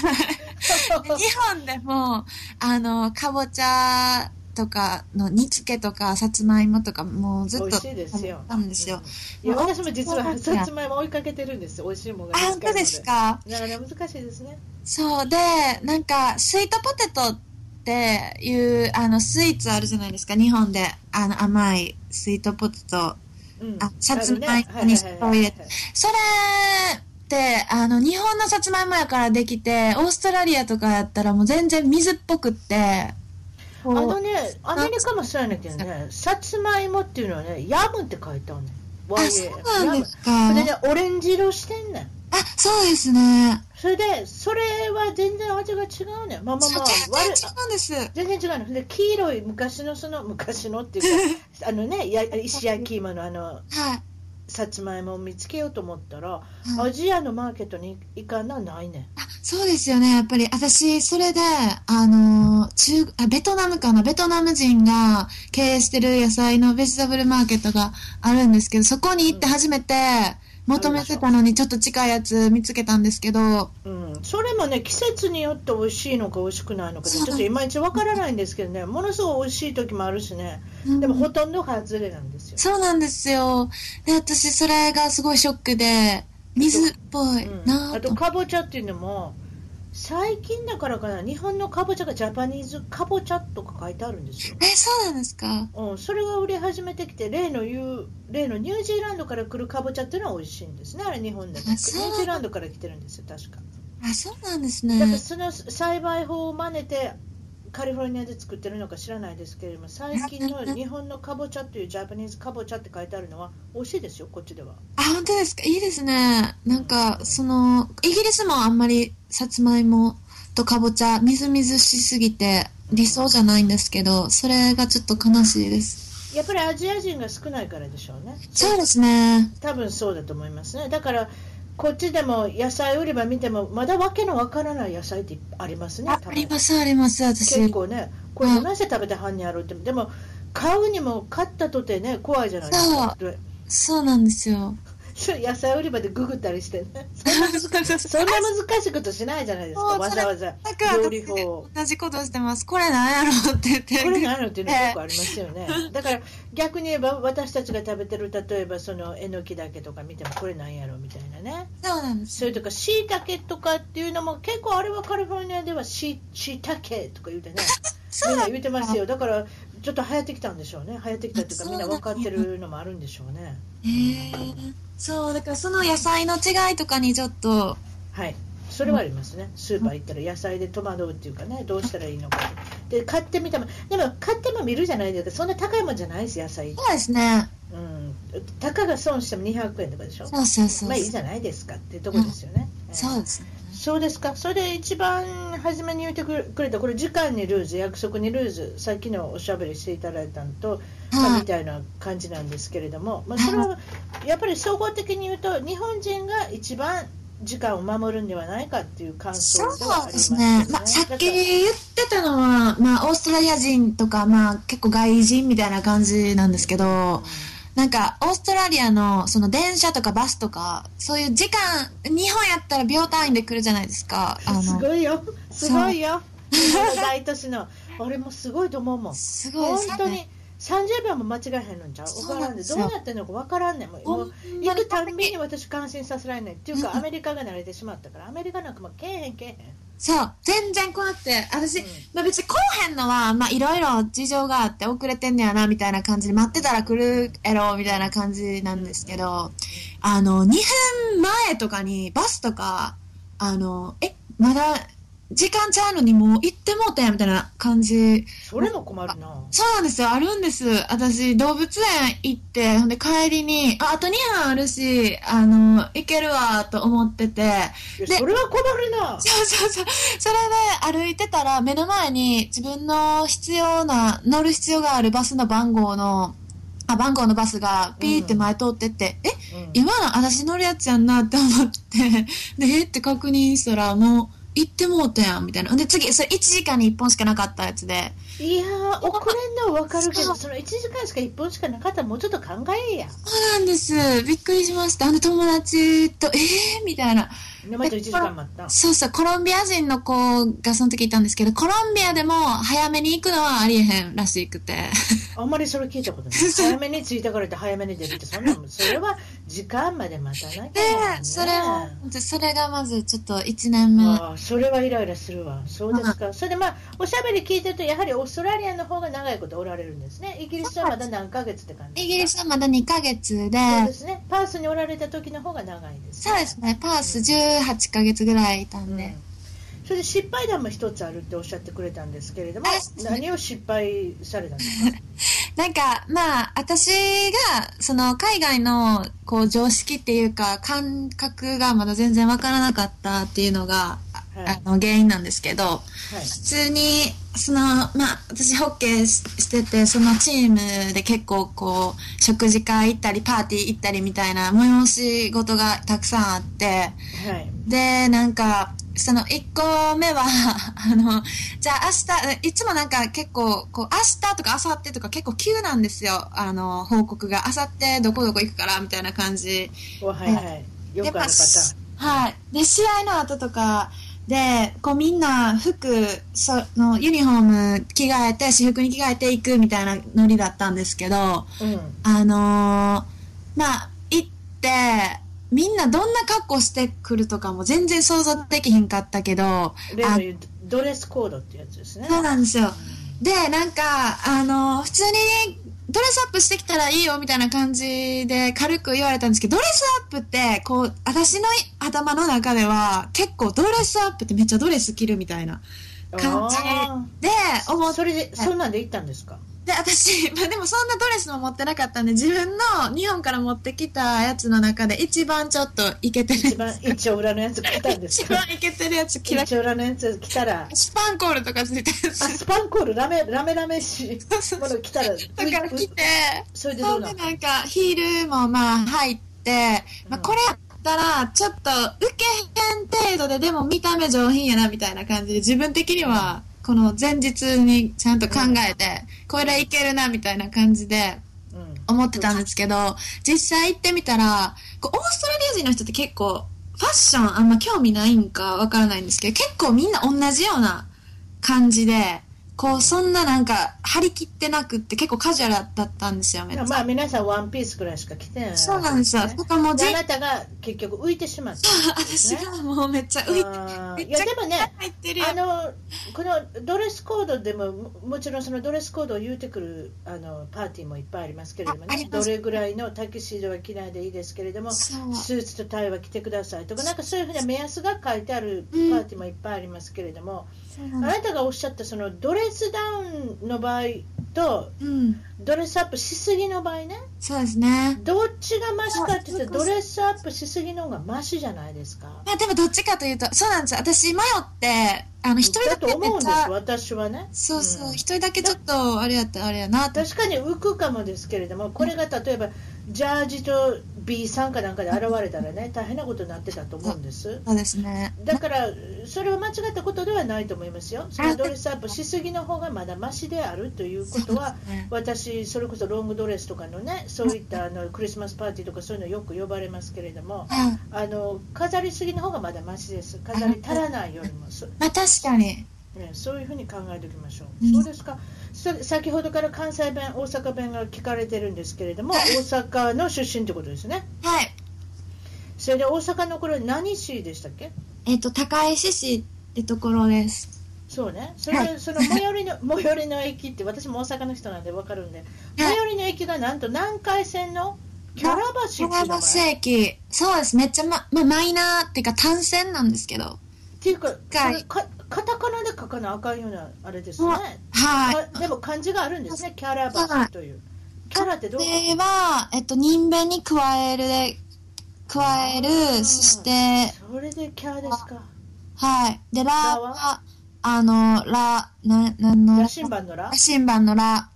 Speaker 2: 本でも、あの、かぼちゃとかの煮付けとか、さつまいもとか、もうずっと
Speaker 1: 美味しいですよ。
Speaker 2: なんですよ。
Speaker 1: うんいや、私も実
Speaker 2: ま
Speaker 1: は
Speaker 2: あ
Speaker 1: さつまいも追いかけてるんです。美味しいものが
Speaker 2: あ、
Speaker 1: 見つか
Speaker 2: 本
Speaker 1: る
Speaker 2: 当
Speaker 1: ので。
Speaker 2: ですか
Speaker 1: なかなか難しいですね。
Speaker 2: そうで、なんか、スイートポテトっていう、あの、スイーツあるじゃないですか、日本で。あの、甘いスイートポテト。
Speaker 1: うん
Speaker 2: あさつまいも
Speaker 1: あるね
Speaker 2: にしょうゆ入れて
Speaker 1: はい
Speaker 2: それって、あの、日本のさつまいもやからできて、オーストラリアとかやったらもう全然水っぽくって、こ
Speaker 1: あ
Speaker 2: う
Speaker 1: のね、アメリカもそうやねんけどね、さつまいもっていうのはね、ヤムって書いてあるねん。
Speaker 2: あ、そうなんです
Speaker 1: ヤ
Speaker 2: か。
Speaker 1: ムそれでね、オレンジ色してんねん。
Speaker 2: あ、そうですね。
Speaker 1: それで、それは全然味が違うねん。まあまあま
Speaker 2: そう
Speaker 1: あ、
Speaker 2: 全
Speaker 1: 悪い
Speaker 2: 然違うんです。
Speaker 1: 全然違うの。で、黄色い昔のその、昔のっていうか、あのね、や石焼き芋のあの、
Speaker 2: はい。
Speaker 1: さつまいもを見つけようと思ったら、アジアのマーケットに行かなないねん
Speaker 2: あそうですよね、やっぱり私、それで、あの中あ、ベトナムかな、ベトナム人が経営してる野菜のベジタブルマーケットがあるんですけど、そこに行って初めて求めてたのに、ちょっと近いやつ見つけたんですけど、
Speaker 1: うん、それもね季節によって美味しいのか美味しくないのかで
Speaker 2: そう
Speaker 1: ちょっといまいちわからないんですけどねものすごい美味しい時もあるしね
Speaker 2: うん
Speaker 1: でもほとんど外れなんですよ、
Speaker 2: そうなんですよ。で、私、それがすごいショックで、水っぽいな
Speaker 1: うん、あ
Speaker 2: ぁ
Speaker 1: と
Speaker 2: と。
Speaker 1: かぼちゃっていうのも最近だからかな日本のかぼちゃがジャパニーズかぼちゃとか書いてあるんですよ、
Speaker 2: え、そうなんですか
Speaker 1: うん、それが売れ始めてきて例の言う例のニュージーランドから来るかぼちゃっていうのは美味しいんですねあれ日本でもニュ
Speaker 2: あ
Speaker 1: ージ
Speaker 2: そう
Speaker 1: ーランドから来てるんですよ確か
Speaker 2: あ、そうなんです
Speaker 1: だから
Speaker 2: ね。
Speaker 1: その栽培法を真似てカリフォルニアで作ってるのか知らないですけれども最近の日本のかぼちゃっていうジャパニーズかぼちゃって書いてあるのは美味しいですよこっちでは
Speaker 2: あ、本当ですかいいですね。なんか、その、イギリスもあんまり、さつまいもとかぼちゃ、みずみずしすぎて、理想じゃないんですけど、それがちょっと悲しいです。
Speaker 1: やっぱりアジア人が少ないからでしょうね
Speaker 2: そうですね。
Speaker 1: 多分そうだと思いますねだからこっちでも野菜売り場見てもまだわけのわからない野菜ってありますね
Speaker 2: あ
Speaker 1: 多
Speaker 2: あ
Speaker 1: 分
Speaker 2: ります、あります、
Speaker 1: 結
Speaker 2: 私。
Speaker 1: 構ねこれなぜ食べてはんねやろうってでも買うにも買ったとてね怖いじゃないですかで
Speaker 2: そうなんですよ。
Speaker 1: そう野菜売り場でググったりしてねそ
Speaker 2: そ
Speaker 1: んな難しいことしないじゃないですか
Speaker 2: そう
Speaker 1: わざわざ
Speaker 2: なんか
Speaker 1: 料理法を
Speaker 2: 同じことしてます。これなんやろうって言って。
Speaker 1: これなのっていうのは結構ありますよねだから逆に言えば私たちが食べてる例えばそのえのきだけとか見てもこれなんやろみたいなね
Speaker 2: そうなんです。
Speaker 1: それとか、しいたけとかっていうのも、結構あれはカリフォルニアではし、しいたけとか言うてね、みんな言うてますよ。だから、ちょっと流行ってきたんでしょうね。流行ってきたっていうか、
Speaker 2: そう
Speaker 1: みん
Speaker 2: なんだ
Speaker 1: な分かってるのもあるんでしょうね。
Speaker 2: へーそう、だからその野菜の違いとかにちょっと、
Speaker 1: はい。それはありますね。スーパー行ったら野菜で戸惑うっていうかね、どうしたらいいのか。で、買ってみたも、でも買っても見るじゃないですか。そんな高いもんじゃないです、野菜。
Speaker 2: そうですね。
Speaker 1: うん。たかが損しても200円とかでしょ。
Speaker 2: そうそうそう。
Speaker 1: まあいいじゃないですかっていうところですよね。ええ
Speaker 2: そうですね。
Speaker 1: そうですか、それで一番初めに言ってくれた、これ、時間にルーズ、約束にルーズ、さっきのおしゃべりしていただいたのと、まあ
Speaker 2: はい
Speaker 1: みたいな感じなんですけれども、まあ、それはやっぱり総合的に言うと、日本人が一番時間を守るんではないかっていう感想
Speaker 2: そ
Speaker 1: ではあり
Speaker 2: うで
Speaker 1: ます
Speaker 2: す
Speaker 1: よ
Speaker 2: ね。まあ、さっき言ってたのは、まあ、オーストラリア人とか、まあ、結構外人みたいな感じなんですけど、なんか、オーストラリアの、その、電車とかバスとか、そういう時間、日本やったら秒単位で来るじゃないですか。
Speaker 1: だから
Speaker 2: あ
Speaker 1: す
Speaker 2: の、
Speaker 1: ごいよ、すごいよ、日本の大都市の、俺もすごいと思うもん、
Speaker 2: すごいで
Speaker 1: 本
Speaker 2: すね
Speaker 1: 当に30秒も間違えへんのんちゃう、
Speaker 2: そ
Speaker 1: わ
Speaker 2: う
Speaker 1: か
Speaker 2: な
Speaker 1: らん
Speaker 2: ん
Speaker 1: で、
Speaker 2: で
Speaker 1: ど
Speaker 2: す
Speaker 1: う
Speaker 2: よ
Speaker 1: なってんのかわからんねん、もうもう行くたんびに私感心させられないっていうか
Speaker 2: うん
Speaker 1: アメリカが慣れてしまったからアメリカなんかもうけえへんけえへん
Speaker 2: そう、全然こうやって、私、
Speaker 1: うん
Speaker 2: まあ別に来おへんのは、まあいろいろ事情があって遅れてんねやな、みたいな感じで、待ってたら来るやろ、みたいな感じなんですけど、あの、2分前とかにバスとか、あの、え、まだ時間ちゃうのにもう行ってもうたやんみたいな感じ。
Speaker 1: それも困るな
Speaker 2: そうなんですよ、あるんです。私、動物園行って、ほんで帰りに、あ、あと2分あるし、あの、行けるわ、と思ってて、
Speaker 1: いや
Speaker 2: で
Speaker 1: それは困る な
Speaker 2: そうそうそう。それで歩いてたら目の前に自分の必要な、乗る必要があるバスの番号の、あ、番号のバスがピーって前通ってって、え、
Speaker 1: うん
Speaker 2: 今の私乗るやつやんなって思って、 で、えって確認したらもう行ってもうたやんみたいな。で、次、それ1時間に1本しかなかったやつで、
Speaker 1: いやー遅れんのは分かるけ
Speaker 2: そ
Speaker 1: ど
Speaker 2: う
Speaker 1: その1時間しか1本しかなかったらもうちょっと考えや
Speaker 2: そうなんです。びっくりしました。あの友達と、えー、みたいな。
Speaker 1: でまた1時間待った
Speaker 2: そうそう、コロンビア人の子がその時いたんですけど、コロンビアでも早めに行くのはありえへんらしくて。
Speaker 1: あんまりそれ聞いた ことない早めに着いたからって早めに出るってそんなもんそれは時間まで待たなき
Speaker 2: で
Speaker 1: ゃやもん、ね
Speaker 2: それは、それがまずちょっと1年目。
Speaker 1: ああそれはイライラするわ、そうですか、それでまあ、おしゃべり聞いてると、やはりオーストラリアの方が長いことおられるんですね、イギリスはまだ何ヶ月って感じ
Speaker 2: イギリ
Speaker 1: ス
Speaker 2: スはまだ2ヶ月で、
Speaker 1: そうですね、パースにおられた時の方が長いです、
Speaker 2: そうですね、パース18ヶ月ぐらいいた
Speaker 1: うんん
Speaker 2: で。
Speaker 1: それで失敗談も一つあるっておっしゃってくれたんですけれども
Speaker 2: はい、
Speaker 1: 何を失敗されたんですか、
Speaker 2: なんか、まあ、私が、その、海外の、こう、常識っていうか、感覚がまだ全然わからなかったっていうのがあ
Speaker 1: はい
Speaker 2: あの原因なんですけど、
Speaker 1: はい
Speaker 2: 普通にその、まあ、私ホッケーししててそのチームで結構こう食事会行ったりパーティー行ったりみたいな催し事がたくさんあって
Speaker 1: はい
Speaker 2: でなんかその1個目は あのじゃあ明日いつもなんか結構こう明日とか明後日とか結構急なんですよあの報告が明後日どこどこ行くからみたいな感じ。
Speaker 1: おはいはいよくあるパターン
Speaker 2: はい。で、試合の後とかで、こうみんな服、そのユニフォーム着替えて、私服に着替えていくみたいなノリだったんですけど、
Speaker 1: うん
Speaker 2: あのーまあ、行って、みんなどんな格好してくるとかも全然想像できへんかったけど、
Speaker 1: 例の
Speaker 2: あ
Speaker 1: 言うドレスコードってやつですね
Speaker 2: そうなんですよ。で、なんか、あのー普通にドレスアップしてきたらいいよみたいな感じで軽く言われたんですけど、ドレスアップって、こう、私の頭の中では結構ドレスアップってめっちゃドレス着るみたいな。感じ
Speaker 1: あ
Speaker 2: で、思
Speaker 1: ー
Speaker 2: って、
Speaker 1: それでそんなんで行ったんですか
Speaker 2: 私、 まあでもそんなドレスも持ってなかったんで、自分の日本から持ってきたやつの中で一番ちょっといけてる。
Speaker 1: 一番一丁裏のやつ来たんです
Speaker 2: 一
Speaker 1: か
Speaker 2: 番いけてるやつキラ
Speaker 1: 一
Speaker 2: キ
Speaker 1: 丁裏のやつ来たら
Speaker 2: ラ。スパンコールとかついてるや
Speaker 1: あ
Speaker 2: つ。
Speaker 1: スパンコールラメラメラメし
Speaker 2: そう
Speaker 1: も
Speaker 2: そう
Speaker 1: の来たら
Speaker 2: だから来て、
Speaker 1: それでど
Speaker 2: そうう
Speaker 1: な
Speaker 2: で
Speaker 1: の
Speaker 2: なんかヒールもまあ入って、まあ、
Speaker 1: うん
Speaker 2: これやったらちょっと受けへん程度ででも見た目上品やなみたいな感じで自分的にはこの前日にちゃんと考えてこれいけるなみたいな感じで
Speaker 1: うん
Speaker 2: 思ってたんですけど実際行ってみたらこうオーストラリア人の人って結構ファッションあんま興味ないんかわからないんですけど結構みんな同じような感じでこうそんななんか張り切ってなくって結構カジュアルだったんですよめっちゃ。
Speaker 1: まあ皆さんワンピースくらいしか着てないわけね
Speaker 2: そうなんですよ。だからもう
Speaker 1: で
Speaker 2: 全
Speaker 1: あ
Speaker 2: 部
Speaker 1: なたが結局浮いてしまった
Speaker 2: 私がもうめっちゃ浮いて、
Speaker 1: あ
Speaker 2: め
Speaker 1: ー
Speaker 2: っ
Speaker 1: い
Speaker 2: ちゃ
Speaker 1: やでもね
Speaker 2: 入ってる
Speaker 1: あ
Speaker 2: やん。
Speaker 1: のこのドレスコードでもももちろんそのドレスコードを言うてくるあのパーティーもいっぱいありますけれども
Speaker 2: ああ
Speaker 1: ね
Speaker 2: りま
Speaker 1: ど
Speaker 2: す
Speaker 1: れぐらいのタキシードは着ないでいいですけれどもス
Speaker 2: そう
Speaker 1: ーツとタイは着てくださいとかなんかそういうふうな目安が書いてあるパーティーもいっぱいありますけれども、
Speaker 2: そうなん
Speaker 1: あ
Speaker 2: で
Speaker 1: なたがおっしゃったそのドレスダウンの場合と
Speaker 2: す。うん。
Speaker 1: ドレスアップしすぎの場合ね
Speaker 2: そうですね。
Speaker 1: どっちがマシかって言った
Speaker 2: あ
Speaker 1: らドレスアップしすぎの方がマシじゃないですか。
Speaker 2: まあでもどっちかというと、そうなんですよ。私迷って、あの、一人
Speaker 1: だ
Speaker 2: だ
Speaker 1: と
Speaker 2: けめ
Speaker 1: 思うん
Speaker 2: っ
Speaker 1: で
Speaker 2: ち
Speaker 1: す
Speaker 2: ゃ、
Speaker 1: 私はね。
Speaker 2: そうそう、
Speaker 1: うん
Speaker 2: 一人だけちょっと、あれやった、あれやなって。
Speaker 1: 確かに浮くかもですけれども、これが例えばジャージと B さんかなんかで現れたらね、大変なことになってたと思うんです。
Speaker 2: そうですね。
Speaker 1: だから、それは間違ったことではないと思いますよ、そのドレスアップしすぎの方がまだましであるということは
Speaker 2: そうですね、
Speaker 1: 私、それこそロングドレスとかのね、そういったあのクリスマスパーティーとかそういうのよく呼ばれますけれども、
Speaker 2: うん。
Speaker 1: あの飾りすぎの方がまだましです、飾り足らないより も。そ
Speaker 2: まあ確かに。
Speaker 1: ね、そういうふうに考えておきましょう。
Speaker 2: うん
Speaker 1: そうですか。さ先ほどから関西弁、大阪弁が聞かれてるんですけれども、大阪の出身ってことですね。
Speaker 2: はい。
Speaker 1: それで大阪の頃何市でしたっけ？
Speaker 2: えっ、と、高石市ってところです。
Speaker 1: そうね。それ、
Speaker 2: は
Speaker 1: その最寄りの 最寄りの駅って私も大阪の人なんでわかるんで、最寄りの駅がなんと南海線のキャラ橋
Speaker 2: 小
Speaker 1: っていう名
Speaker 2: 山
Speaker 1: 前。っ
Speaker 2: 世紀。そうです。めっちゃま、まあマイナーっていうか単線なんですけど。
Speaker 1: ていうか、そ
Speaker 2: は
Speaker 1: れ
Speaker 2: い
Speaker 1: かカタカナで書かなあかんようなあれですね。
Speaker 2: はい。
Speaker 1: かでも漢字があるんですね。キャラ橋という。キャラってどう書く
Speaker 2: では、えっと、人弁に加えるで、加え
Speaker 1: ー
Speaker 2: る、そして、
Speaker 1: それでキャーですか。
Speaker 2: はい。で、ラ
Speaker 1: ラは
Speaker 2: は、あの、ラ、な、なんの、
Speaker 1: 羅針盤の羅
Speaker 2: 羅針盤のラ、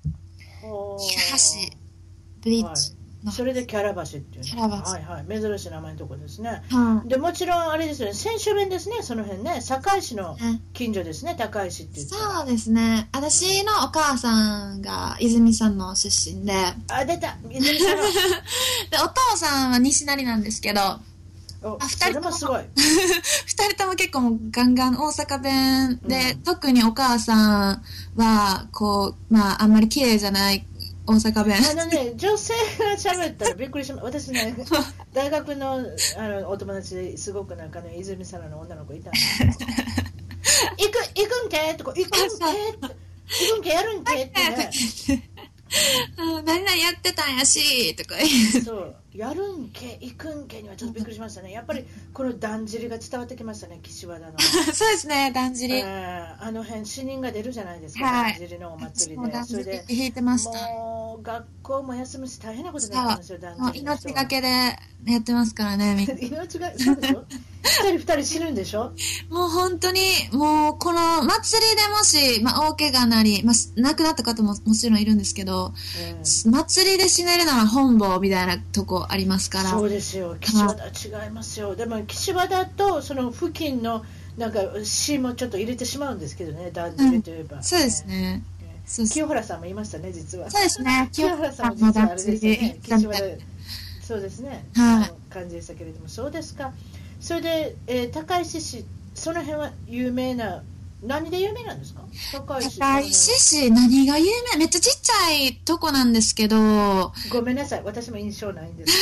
Speaker 1: ほう
Speaker 2: 橋ブリッジの、
Speaker 1: それでキャラ橋っていうの
Speaker 2: キャラ橋
Speaker 1: はいはい珍しい名前のとこですね
Speaker 2: は
Speaker 1: でもちろんあれですよね先週弁ですねその辺ね堺市の
Speaker 2: いね
Speaker 1: 近所ですね高石って言って
Speaker 2: そうですね。私のお母さんが泉さんの出身で、
Speaker 1: あ出た泉さん の
Speaker 2: で、お父さんは西成なんですけど、
Speaker 1: お
Speaker 2: あ二人
Speaker 1: それもすごい
Speaker 2: 二人とも結構もうガンガン大阪弁で、
Speaker 1: うん
Speaker 2: 特にお母さんは、こう、まあ、あんまり綺麗じゃない大阪弁。
Speaker 1: あのね女性が喋ったらびっくりしま私 ね大学のあのお友達ですごくなんかね泉さんの女の子い たんですよ行く行くんけとか行くんけって行くんけやるんけってね
Speaker 2: うん何々やってたんやしとか言う
Speaker 1: そうやるんけ行くんけにはちょっとびっくりしましたねやっぱりこのだんじりが伝わってきましたね岸和田の、
Speaker 2: そうですね、だんじり。
Speaker 1: えーあの辺死人が出るじゃないですか、
Speaker 2: はい
Speaker 1: だんじりのお祭り
Speaker 2: もう
Speaker 1: で
Speaker 2: だん
Speaker 1: そ
Speaker 2: じ
Speaker 1: れで
Speaker 2: り引いてました。
Speaker 1: もう学校も休むし大変なことになったんですよだん
Speaker 2: もう
Speaker 1: じりの人
Speaker 2: 命
Speaker 1: は
Speaker 2: がけでやってますからね、み んな
Speaker 1: 命がそうでしょ一人二人死ぬんでしょ
Speaker 2: もう本当に、もうこの祭りでもし、まあ、大怪我なり、まあ、亡くなった方ももちろんいるんですけど、
Speaker 1: うん
Speaker 2: 祭りで死ねるなら本望みたいなとこありますから。
Speaker 1: そうですよ岸和田違いますよでも岸和田とその付近のなんか市もちょっと入れてしまうんですけどねだんじりといえば、
Speaker 2: そうですね。
Speaker 1: ね
Speaker 2: そうです
Speaker 1: 清原さんも言いましたね実は
Speaker 2: そうですね。
Speaker 1: 清原さんも実はあれですよね
Speaker 2: だ
Speaker 1: 岸
Speaker 2: んじ
Speaker 1: 和田
Speaker 2: り
Speaker 1: そうですね、
Speaker 2: はい
Speaker 1: あの感じでしたけれどもそうですかそれで、えー高石市その辺は有名な何で有名なんですか高石
Speaker 2: 高石市何が有名めっちゃちっちゃいとこなんですけど、まあ、
Speaker 1: ごめんなさい私も印象ないんです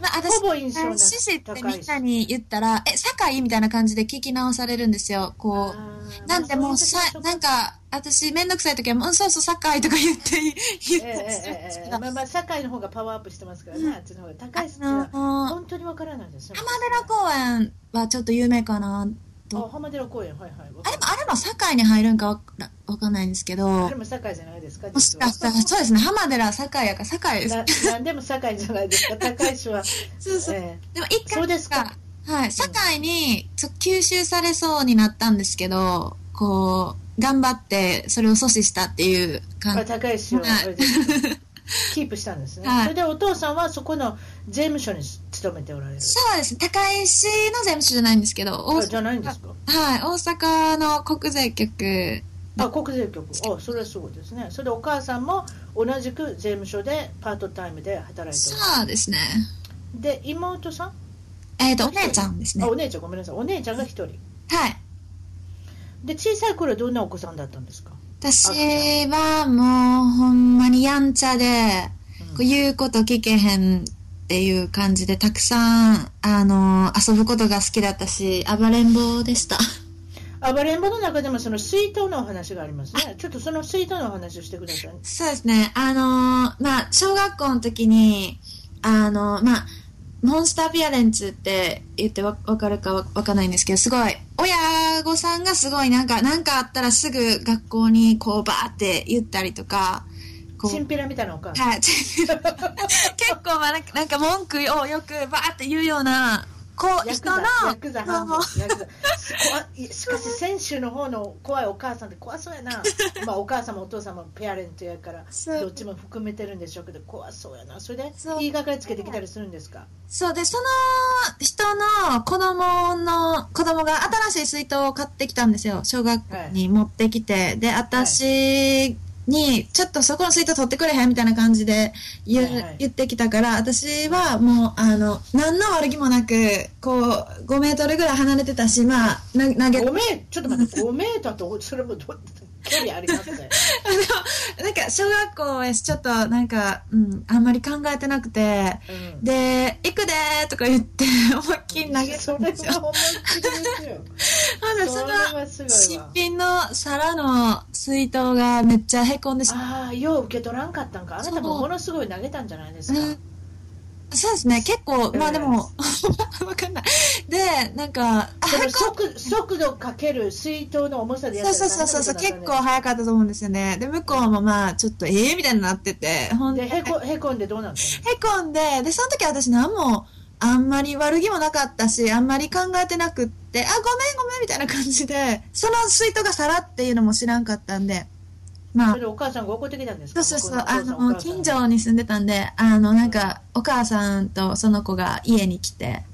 Speaker 2: 私
Speaker 1: ほぼ印象ない
Speaker 2: 大志市って
Speaker 1: 高
Speaker 2: み
Speaker 1: い
Speaker 2: ん
Speaker 1: し
Speaker 2: なに言ったら、え、堺みたいな感じで聞き直されるんですよ。こう。
Speaker 1: あー
Speaker 2: なんでもうさ、なんか、私めんどくさい時は、うん、そうそう、堺とか言って、言
Speaker 1: ええ
Speaker 2: ったりするんです
Speaker 1: ええ
Speaker 2: け
Speaker 1: え
Speaker 2: ど、
Speaker 1: えまあまあ堺の方がパワーアップしてますからね、あっちの方が高いし
Speaker 2: あのー
Speaker 1: 本当にわからないですよ
Speaker 2: 浜寺公園はちょっと有名かな
Speaker 1: あ
Speaker 2: と。
Speaker 1: 浜寺公園はいはいわ
Speaker 2: あ
Speaker 1: か
Speaker 2: れ
Speaker 1: る
Speaker 2: も、あれも堺に入るんかわらわかんないんですけ
Speaker 1: あ
Speaker 2: ど
Speaker 1: れ、も堺じゃないですか
Speaker 2: もし
Speaker 1: 実は
Speaker 2: かしたら、そうですね、浜寺、堺やから堺です。
Speaker 1: な何でも堺じゃないですか高いしは、
Speaker 2: そうそう。
Speaker 1: え
Speaker 2: でも一
Speaker 1: そう
Speaker 2: 回
Speaker 1: ですか
Speaker 2: はい、堺にちょ吸収されそうになったんですけど、こう、頑張ってそれを阻止したっていう
Speaker 1: え
Speaker 2: 感
Speaker 1: あ
Speaker 2: じ。
Speaker 1: 高いしを、
Speaker 2: はい
Speaker 1: キープしたんですね、
Speaker 2: はい
Speaker 1: それでお父さんはそこの税務署に勤めておられる
Speaker 2: そうですね、高石の税務署じゃないんですけど、大
Speaker 1: あじゃないんですか
Speaker 2: はい、大阪の国税局、
Speaker 1: あ国税局あそれはすごいですねそれでお母さんも同じく税務署でパートタイムで働いておら
Speaker 2: そうですね。
Speaker 1: れるで妹さん
Speaker 2: えっ、と、お姉ちゃんですね。
Speaker 1: あ
Speaker 2: はい。
Speaker 1: お姉ちゃんごめんなさいお姉ちゃんが一人で小さい頃はどんなお子さんだったんですか、
Speaker 2: 私はもうほんまにやんちゃで、こ
Speaker 1: う
Speaker 2: うん言うこと聞けへんっていう感じで、たくさん、あの、遊ぶことが好きだったし、暴れん坊でした。
Speaker 1: 暴れん坊の中でもその水筒のお話がありますねちょっとその水筒のお話をしてください
Speaker 2: そうですね。あのーまあ、小学校の時に、あのーまあ、モンスターピアレンツって言ってわわかるかわわかんないんですけど、すごい、親御さんがすごいなんか、なんかあったらすぐ学校にこうバーって言ったりとか、こう
Speaker 1: チンピラみたいなお母さん
Speaker 2: はい、 結構、まあ、なんかなんか文句をよくバーって言うような、こう、
Speaker 1: ヤク
Speaker 2: 人の
Speaker 1: ザ、ヤクザ
Speaker 2: そ
Speaker 1: ハ
Speaker 2: う
Speaker 1: ンドヤクザす怖 いしかし選手の方の怖いお母さんって怖そうやなまあお母さんもお父さんもペアレントやから
Speaker 2: そう
Speaker 1: どっちも含めてるんでしょうけど怖そうやなそれで
Speaker 2: そう
Speaker 1: 言いがかりつけてきたりするんですか
Speaker 2: そうで、その人の子供の、子供が新しい水筒を買ってきたんですよ。小学校に持ってきて。で、私に、ちょっとそこの水筒取ってくれへんみたいな感じで言,、
Speaker 1: はいはい
Speaker 2: 言ってきたから、私はもう、あの、何の悪気もなく、こう、5メートルぐらい離れてたし、まあ、な投げ
Speaker 1: 5メちょっと待って5メーターとそれもどう距離ありますね
Speaker 2: なんか、小学校へちょっと、なんか、うん、あんまり考えてなくて、
Speaker 1: うん
Speaker 2: で、行くでーとか言って、思いっきり投げ
Speaker 1: そ
Speaker 2: たん
Speaker 1: れ
Speaker 2: ですよ。
Speaker 1: は思いっきりですよ
Speaker 2: ほんで
Speaker 1: そ
Speaker 2: そ
Speaker 1: れ
Speaker 2: の
Speaker 1: はすごい
Speaker 2: 新
Speaker 1: わ
Speaker 2: 品の皿の水筒がめっちゃへこんでしま
Speaker 1: ああよう受け取らんかったんかあなたもものすごい投げたんじゃないですか、
Speaker 2: うんうそうですね結構まあでも わかんないでなんかあ
Speaker 1: その速速度かける水筒の重さでやっ
Speaker 2: そう
Speaker 1: た
Speaker 2: そうそうそうそう結構早かったと思うんですよねで向こうもまあちょっとええみたいになっててほん
Speaker 1: で
Speaker 2: でへ
Speaker 1: へこへこんでどうなったの
Speaker 2: こんででその時私何もあんまり悪気もなかったしあんまり考えてなくってあごめんごめんみたいな感じでその水筒が皿っていうのも知らんかったんでまあ
Speaker 1: それでお母さんが怒ってきたんです
Speaker 2: そう
Speaker 1: か
Speaker 2: そうそう、
Speaker 1: 向こ
Speaker 2: あ
Speaker 1: のお父さんお
Speaker 2: の、
Speaker 1: 母さん
Speaker 2: 近所に住んでたんで、あの、なんか、お母さんとその子が家に来て、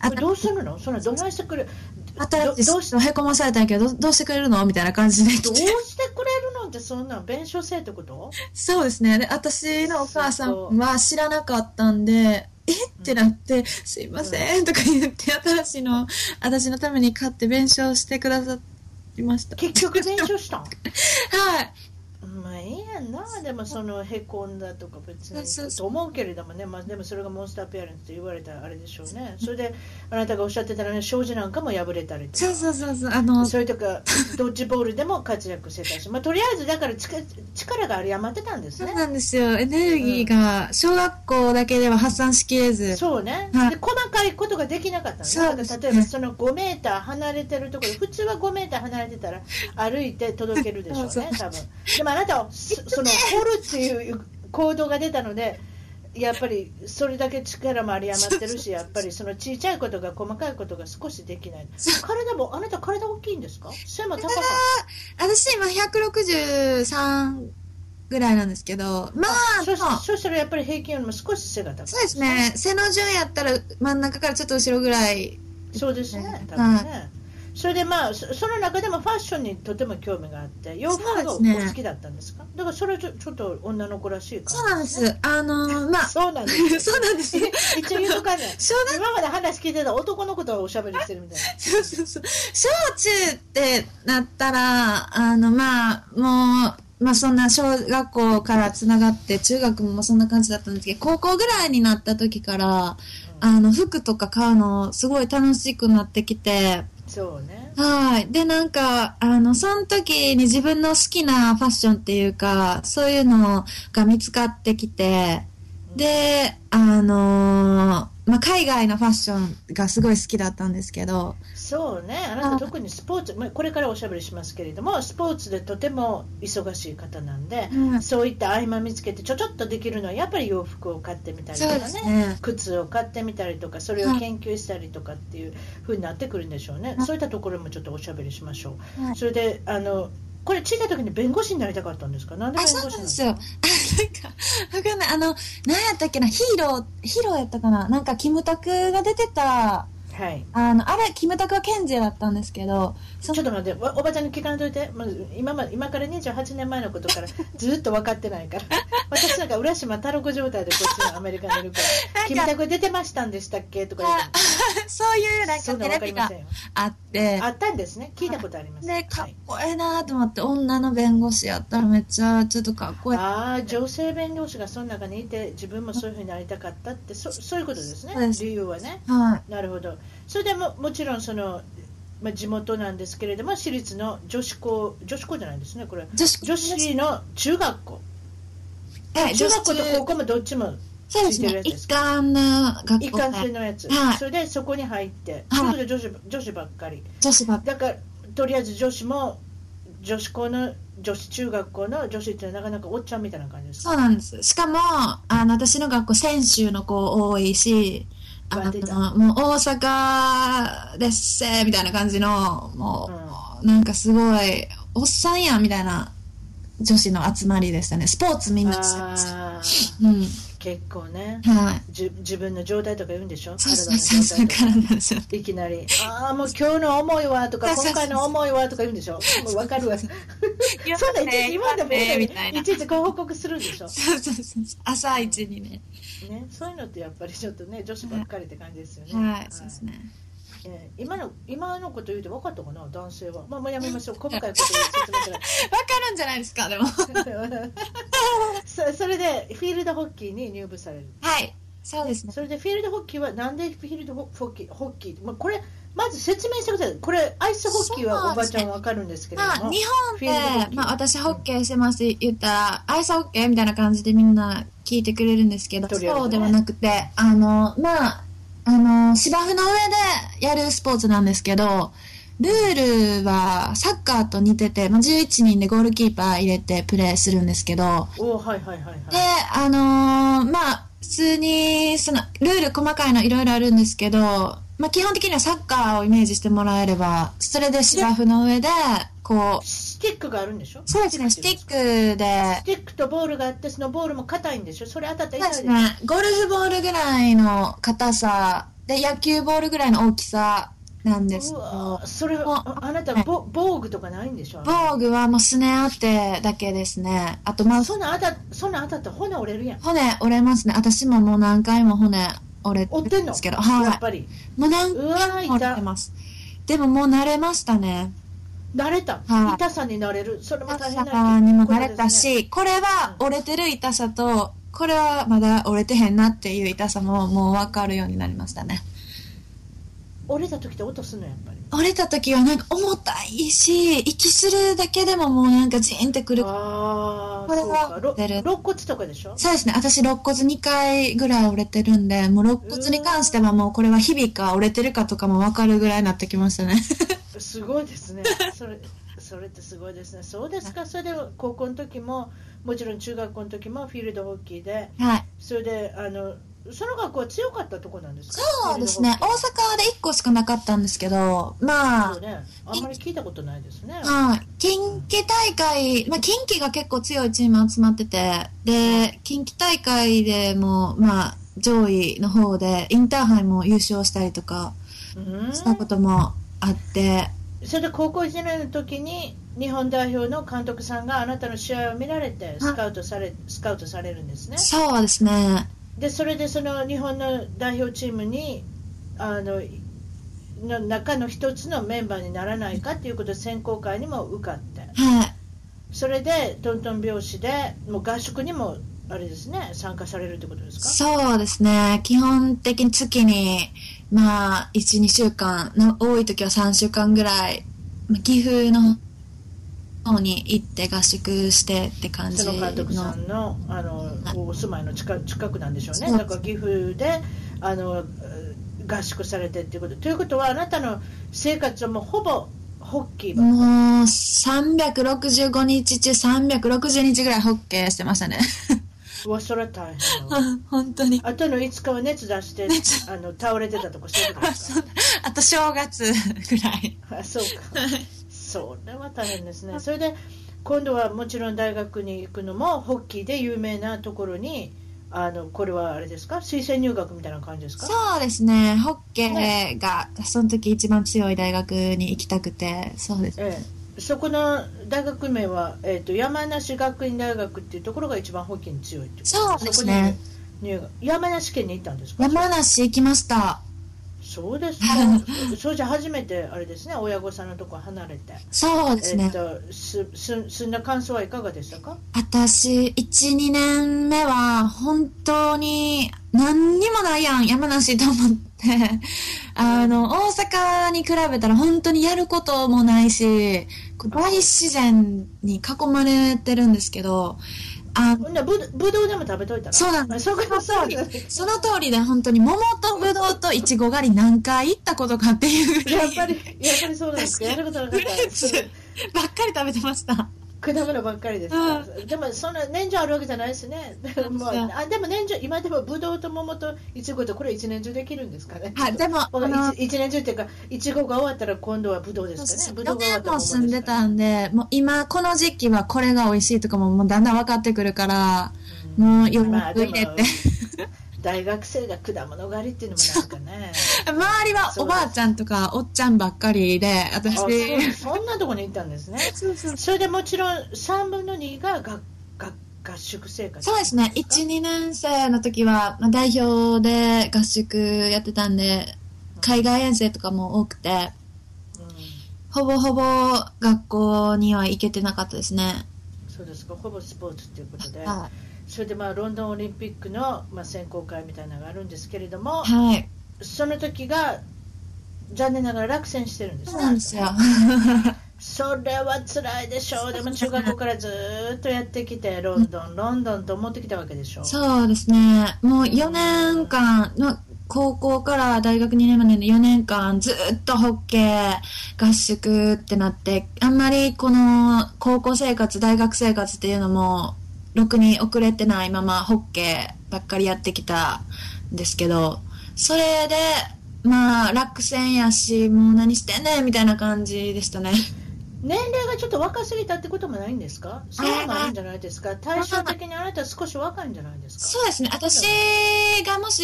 Speaker 2: あ
Speaker 1: これどうするのそのどないしてくれ
Speaker 2: 新しい
Speaker 1: どど
Speaker 2: 人
Speaker 1: うし
Speaker 2: へこまされたんやけど、どうどうしてくれるのみたいな感じで
Speaker 1: どう
Speaker 2: 来て。
Speaker 1: してくれるのってそんなん弁償制ってこと
Speaker 2: そうですね。で、私のお母さ
Speaker 1: そ
Speaker 2: ん
Speaker 1: う
Speaker 2: は知らなかったんで、えってなって、すいません、とか言って、新しいの、私のために買って弁償してくださいました。
Speaker 1: 結局弁償したん
Speaker 2: はい。
Speaker 1: まあえいいやんなでもそのへこんだとか別
Speaker 2: そう
Speaker 1: に
Speaker 2: そう
Speaker 1: と思うけれどもね、まあ、でもそれがモンスターペアレンツと言われたらあれでしょうねそれであなたがおっしゃってたのは障子なんかも破れたりと
Speaker 2: そうそうそうそうあの
Speaker 1: かそれとかドッジボールでも活躍してたし、まあ、とりあえずだからちか力があり余ってたんです
Speaker 2: そう
Speaker 1: ね
Speaker 2: なんですよエネルギーが小学校だけでは発散しきれず
Speaker 1: そうね、
Speaker 2: はい
Speaker 1: で細かいことができなかった
Speaker 2: そう
Speaker 1: の、ね、
Speaker 2: です
Speaker 1: だから例えばその5メーター離れてるところ普通は5メーター離れてたら歩いて届けるでしょう
Speaker 2: そう
Speaker 1: ね多分でもあなたはそその掘るっていう行動が出たのでやっぱりそれだけ力もあり余ってるしやっぱりその小さいことが細かいことが少しできない体もあなた体大きいんですか背も高さ
Speaker 2: 私今163ぐらいなんですけどま
Speaker 1: そ
Speaker 2: あでも
Speaker 1: そしたらやっぱり平均よりも少し背が高い
Speaker 2: そうですね背の順やったら真ん中からちょっと後ろぐらい
Speaker 1: そうです
Speaker 2: は
Speaker 1: ね
Speaker 2: い、
Speaker 1: 多分ね。それでまあそその中でもファッションにとても興味があって洋服がお
Speaker 2: そうですね
Speaker 1: 好きだったんですかだからそれはちょちょっと女の子らしい
Speaker 2: そう
Speaker 1: 感
Speaker 2: なんですあのまあ
Speaker 1: そうなんです
Speaker 2: そうなんですよ
Speaker 1: 一応言うと かね
Speaker 2: 小学
Speaker 1: 今まで話聞いてた男の子とおしゃべりしてるみたい
Speaker 2: そうそうそう小中ってなったらあのまあもう、まあ、そんな小学校からつながって中学もそんな感じだったんですけど高校ぐらいになった時からあの服とか買うのすごい楽しくなってきて
Speaker 1: なそうね
Speaker 2: はいでなんかあのその時に自分の好きなファッションっていうかそういうのが見つかってきてであのまあ、海外のファッションがすごい好きだったんですけど、
Speaker 1: そうねあなた特にスポーツまあこれからおしゃべりしますけれどもスポーツでとても忙しい方なんで
Speaker 2: うん
Speaker 1: そういった合間見つけてちょちょっとできるのはやっぱり洋服を買ってみたりと
Speaker 2: そう
Speaker 1: か
Speaker 2: で
Speaker 1: ね
Speaker 2: すね。
Speaker 1: 靴を買ってみたりとかそれを研究したりとかっていう風になってくるんでしょうね、
Speaker 2: はい
Speaker 1: そういったところもちょっとおしゃべりしましょう、
Speaker 2: はい
Speaker 1: それであのこれ小さい時に弁護士になりたかったんですかなんで
Speaker 2: あ、
Speaker 1: 弁
Speaker 2: そう
Speaker 1: 護
Speaker 2: なんで
Speaker 1: 士
Speaker 2: す
Speaker 1: な
Speaker 2: よ。あ、なんか、わかんない。あの、何やったっけな、ヒーロー、ヒーローやったかななんか、キムタクが出てた、
Speaker 1: のはい
Speaker 2: あの、あれ、キムタクはケンジだったんですけど、そ
Speaker 1: ちょっ
Speaker 2: の
Speaker 1: と待ってわおばちゃんに聞かないといて、まず、今ま今から28年前のことからずっと分かってない から私なんか浦島太郎子状態でこっちのアメリカにいるか ら「君
Speaker 2: なんか、
Speaker 1: たく出てましたんでしたっけ?」とか言う
Speaker 2: そういう、なん
Speaker 1: そ
Speaker 2: か、
Speaker 1: んなの分
Speaker 2: テレ
Speaker 1: かり
Speaker 2: ビ
Speaker 1: ま
Speaker 2: が
Speaker 1: せんよ
Speaker 2: あって
Speaker 1: あ、ったんですね聞いたことあります、
Speaker 2: で、か
Speaker 1: は
Speaker 2: っ
Speaker 1: い
Speaker 2: こええなと思って、女の弁護士やったらめっちゃ、ちょっとかっこええ。
Speaker 1: ああ女性弁護士がその中にいて自分もそういうふうになりたかったってそそういうことですね
Speaker 2: そうです
Speaker 1: 理由はね
Speaker 2: はい。
Speaker 1: なるほどそれでももちろんその、まあ、地元なんですけれども私立の女子校女子校じゃないですねこれ
Speaker 2: 女子
Speaker 1: 女子の中学校
Speaker 2: え、
Speaker 1: 中
Speaker 2: 女子
Speaker 1: 学校と高校もどっちも
Speaker 2: そうです
Speaker 1: ついてる
Speaker 2: ね
Speaker 1: や。つです
Speaker 2: 一貫の学
Speaker 1: 一
Speaker 2: 校
Speaker 1: 貫
Speaker 2: が
Speaker 1: 制のやつ、
Speaker 2: はい
Speaker 1: それでそこに入って、そ
Speaker 2: は
Speaker 1: こ
Speaker 2: い
Speaker 1: で女子女子ばっかり
Speaker 2: 女子ばっかり
Speaker 1: だからとりあえず女子も女子校の女子中学校の女子っていうのはなかなかおっちゃんみたいな感じですか
Speaker 2: そうなんです。しかも、あの、私の学校、専修の子多いし、あ
Speaker 1: わ出た
Speaker 2: の、もう大阪ですせみたいな感じの、もう、なんかすごい、おっさんやんみたいな女子の集まりでしたね。スポーツみんなしてました。
Speaker 1: あー
Speaker 2: うん。
Speaker 1: 結構ね
Speaker 2: はい。
Speaker 1: じ自分の状態とか言うんでしょ
Speaker 2: そう
Speaker 1: 体
Speaker 2: そ
Speaker 1: の
Speaker 2: うそう
Speaker 1: 状
Speaker 2: そ
Speaker 1: 態
Speaker 2: う、
Speaker 1: とか
Speaker 2: 体の状態
Speaker 1: いきなり「ああもう今日の思いは」とか「
Speaker 2: そうそ
Speaker 1: 今
Speaker 2: うそ
Speaker 1: 回
Speaker 2: う
Speaker 1: の思いは」とか言うんでしょもうわかるわそうだいちいち今でも
Speaker 2: ねみたいな
Speaker 1: ねいちいちご報告するんでしょ、
Speaker 2: そうそうそうそう。朝一にね。
Speaker 1: ね、そういうのってやっぱりちょっとね女子ばっかりって感じですよね、
Speaker 2: はい、そうですね。
Speaker 1: えー今の今のこと言うて分かったかな男性はまあもうやめましょう細かいこと言って説明したら
Speaker 2: わかるんじゃないですか、でも。
Speaker 1: そそれでフィールドホッキーに入部される
Speaker 2: はい。そうですね。
Speaker 1: それでフィールドホッキーはなんでフィールドホッキーホッキー、まあ、これまず説明してくださいこれアイスホッキーはおばちゃんわかるんですけれ
Speaker 2: ま
Speaker 1: ど
Speaker 2: あ、
Speaker 1: も
Speaker 2: 日
Speaker 1: フィールドホ
Speaker 2: 本
Speaker 1: ッケ
Speaker 2: っ
Speaker 1: ー
Speaker 2: て、まあ、私ホッケーしてます言ったら、アイスホッケーみたいな感じでみんな聞いてくれるんですけど、
Speaker 1: とりあえずね
Speaker 2: そうではなくて、あの、まあ、あの、芝生の上でやるスポーツなんですけど、ルールはサッカーと似てて、まあ、11人でゴールキーパー入れてプレーするんですけど、
Speaker 1: おおはいはいはいはい
Speaker 2: で、あのーまあ、普通に、その、ルール細かいのいろいろあるんですけど、まあ、基本的にはサッカーをイメージしてもらえれば、それで芝生の上で、こう、
Speaker 1: スティックがあるんでしょ
Speaker 2: そうですね、スティックで
Speaker 1: ス、ティックとボールがあってそのボールも硬いんでしょそれ当たった
Speaker 2: そう
Speaker 1: ら痛
Speaker 2: です
Speaker 1: いでしょ
Speaker 2: ね、ゴルフボールぐらいの硬さで、野球ボールぐらいの大きさなんですけ
Speaker 1: う
Speaker 2: ど
Speaker 1: わ、ーそれ
Speaker 2: もう
Speaker 1: ああなたボ防具とかないんでしょ
Speaker 2: 防具はもうすね当てだけですね。あと、まあ、
Speaker 1: そんなん当たそんなん当たったら骨折れるやん
Speaker 2: 骨折れますね。私ももう何回も骨折れてる
Speaker 1: 折ってん
Speaker 2: ん
Speaker 1: の
Speaker 2: ですけど、
Speaker 1: やっ
Speaker 2: は
Speaker 1: ぱり
Speaker 2: い。もう何
Speaker 1: うわー
Speaker 2: 回も折れて
Speaker 1: 痛
Speaker 2: ます。でももう慣れましたね。
Speaker 1: 慣れた、
Speaker 2: はい
Speaker 1: 痛さになれるそれも
Speaker 2: 痛
Speaker 1: 大変な
Speaker 2: さにも慣れた
Speaker 1: ことですね
Speaker 2: し、これは折れてる痛さと、これはまだ折れてへんなっていう痛さももう分かるようになりましたね。
Speaker 1: 折れた時って音するのやっぱり
Speaker 2: 折れた時はなんか重たいし、息するだけでももうなんかジーンってくる。
Speaker 1: ああ
Speaker 2: これは
Speaker 1: そうか
Speaker 2: 出
Speaker 1: ろ
Speaker 2: る
Speaker 1: 肋骨とかでしょ
Speaker 2: そうですね、私肋骨2回ぐらい折れてるんで、もう肋骨に関してはもうこれは日々か折れてるかとかも分かるぐらいになってきましたね。
Speaker 1: すごいですねそれそれってすごいですねそうですかそれで高校の時ももちろん中学校の時もフィールドホッキーで
Speaker 2: はい。
Speaker 1: それであのその学校は強かったとこなんですか
Speaker 2: そうですね、
Speaker 1: フ
Speaker 2: 大
Speaker 1: ィールドホ
Speaker 2: 阪
Speaker 1: ッキー
Speaker 2: で1個しかなかったんですけど、まあ
Speaker 1: そう、ねあんまり聞いたことないですね
Speaker 2: はい、近畿大会、まあ、近畿が結構強いチーム集まってて、で、近畿大会でも、まあ、上位の方で、インターハイも優勝したりとか
Speaker 1: うん
Speaker 2: したこともあって、
Speaker 1: それで高校1年の時に日本代表の監督さんがあなたの試合を見られてスカウトされスカウトされるんですね
Speaker 2: そうですね。
Speaker 1: でそれでその日本の代表チームにあのの中の一つのメンバーにならないかということで選考会にも受かって
Speaker 2: はい。
Speaker 1: それでトントン拍子でもう合宿にもあれですね参加されるということですか
Speaker 2: そうですね。基本的に月に、まあ、1、2週間、の多い時は3週間ぐらい、まあ、岐阜の方に行って合宿してって感じ
Speaker 1: そ
Speaker 2: の。
Speaker 1: の監督さんのあのお住まいの近近くなんでしょうね、
Speaker 2: そう
Speaker 1: だから岐阜であのえー合宿されてっていうこと、ということは、あなたの生活はもうほぼホッキーばっか
Speaker 2: もう365日中360日ぐらいホッケーしてましたね。
Speaker 1: り、うわそれは大変だわ
Speaker 2: 本当に。
Speaker 1: あとの5日は熱出してあの倒れてたとか、そういう ことですか、
Speaker 2: あと正月ぐらい。
Speaker 1: あそうか、それは大変ですね、それで今度はもちろん大学に行くのも、ホッキーで有名なところに、あのこれはあれですか、推薦入学みたいな感じですか。
Speaker 2: そうですね。ホッケーが、その時一番強い大学に行きたくて、そうです。
Speaker 1: ええ、そこの大学名は、えー、と山梨学院大学っていうところが一番保険に強いっていう
Speaker 2: そうですね。
Speaker 1: そこに入学山梨県に行ったんですか
Speaker 2: 山梨行きました。
Speaker 1: そうですねそうじゃ初めてあれですね親御さんのとこ離れて、
Speaker 2: そうです
Speaker 1: えっ
Speaker 2: ね。
Speaker 1: とすす住んだ感想はいかがでしたか
Speaker 2: 私、1、2年目は、本当に、何にもないやん、山梨と 思って。あの、大阪に比べたら本当にやることもないし、こう大自然に囲まれてるんですけど、あ
Speaker 1: ほんならぶどぶどうでも食べといたら
Speaker 2: そうなん
Speaker 1: で
Speaker 2: です
Speaker 1: そこもそうなんです
Speaker 2: その通りで本当に桃とぶどうといちご狩り何回行ったことかっていうぐら
Speaker 1: や
Speaker 2: い
Speaker 1: っぱりやっぱりそうなん ですやることなか
Speaker 2: フ
Speaker 1: っ
Speaker 2: ル
Speaker 1: た
Speaker 2: ーツばっかり食べてました。
Speaker 1: 果物ばっかり ですから、でもそんな年中あるわけじゃないですねもう
Speaker 2: そう
Speaker 1: あでも年中今でもブドウと桃といちごとこれ一年中できるんですかね
Speaker 2: はい、でも、あ
Speaker 1: この
Speaker 2: の、
Speaker 1: 一一年中っていうかいちごが終わったら今度はブドウですかねブド
Speaker 2: 4
Speaker 1: ウが終わっ
Speaker 2: 年
Speaker 1: たら
Speaker 2: も住んで
Speaker 1: ん
Speaker 2: たんで、もう今この時期はこれが美味しいとかももうだんだん分かってくるから、もうよく
Speaker 1: まあで
Speaker 2: 入
Speaker 1: も
Speaker 2: れて。
Speaker 1: 大学生が果物狩りっていうのもなんかね
Speaker 2: 周りはおばあちゃんとかおっちゃんばっかりで、
Speaker 1: あ
Speaker 2: 私。
Speaker 1: そうそんなとこに行ったんですね
Speaker 2: そうそう
Speaker 1: それでもちろん3分の2ががが合宿生活
Speaker 2: そうですね。1、2年生の時は、まあ、代表で合宿やってたんで、海外遠征とかも多くて、
Speaker 1: うん
Speaker 2: ほぼほぼ学校には行けてなかったですね。
Speaker 1: そうですかほぼスポーツっていうことで
Speaker 2: は
Speaker 1: それでまあロンドンオリンピックのまあ選考会みたいなのがあるんですけれども、
Speaker 2: い。
Speaker 1: その時が残念ながら落選してるんです
Speaker 2: そう
Speaker 1: ね
Speaker 2: なんですよ。
Speaker 1: それは辛いでしょう、でも中学校からずーっとやってきて、ロンドン、ロンドンと思ってきたわけでしょう。
Speaker 2: そうですね。もう4年間の、高校から大学2年までの4年間ずっとホッケー合宿ってなって、あんまりこの高校生活、大学生活っていうのも、ろくに遅れてないままホッケーばっかりやってきたんですけど、それで、まあ、落選やし、もう何してんねんみたいな感じでしたね。
Speaker 1: 年齢がちょっと若すぎたってこともないんですかそういうのもあるんじゃないですか対照的にあなた少し若いんじゃないですか
Speaker 2: そうですね。私がもし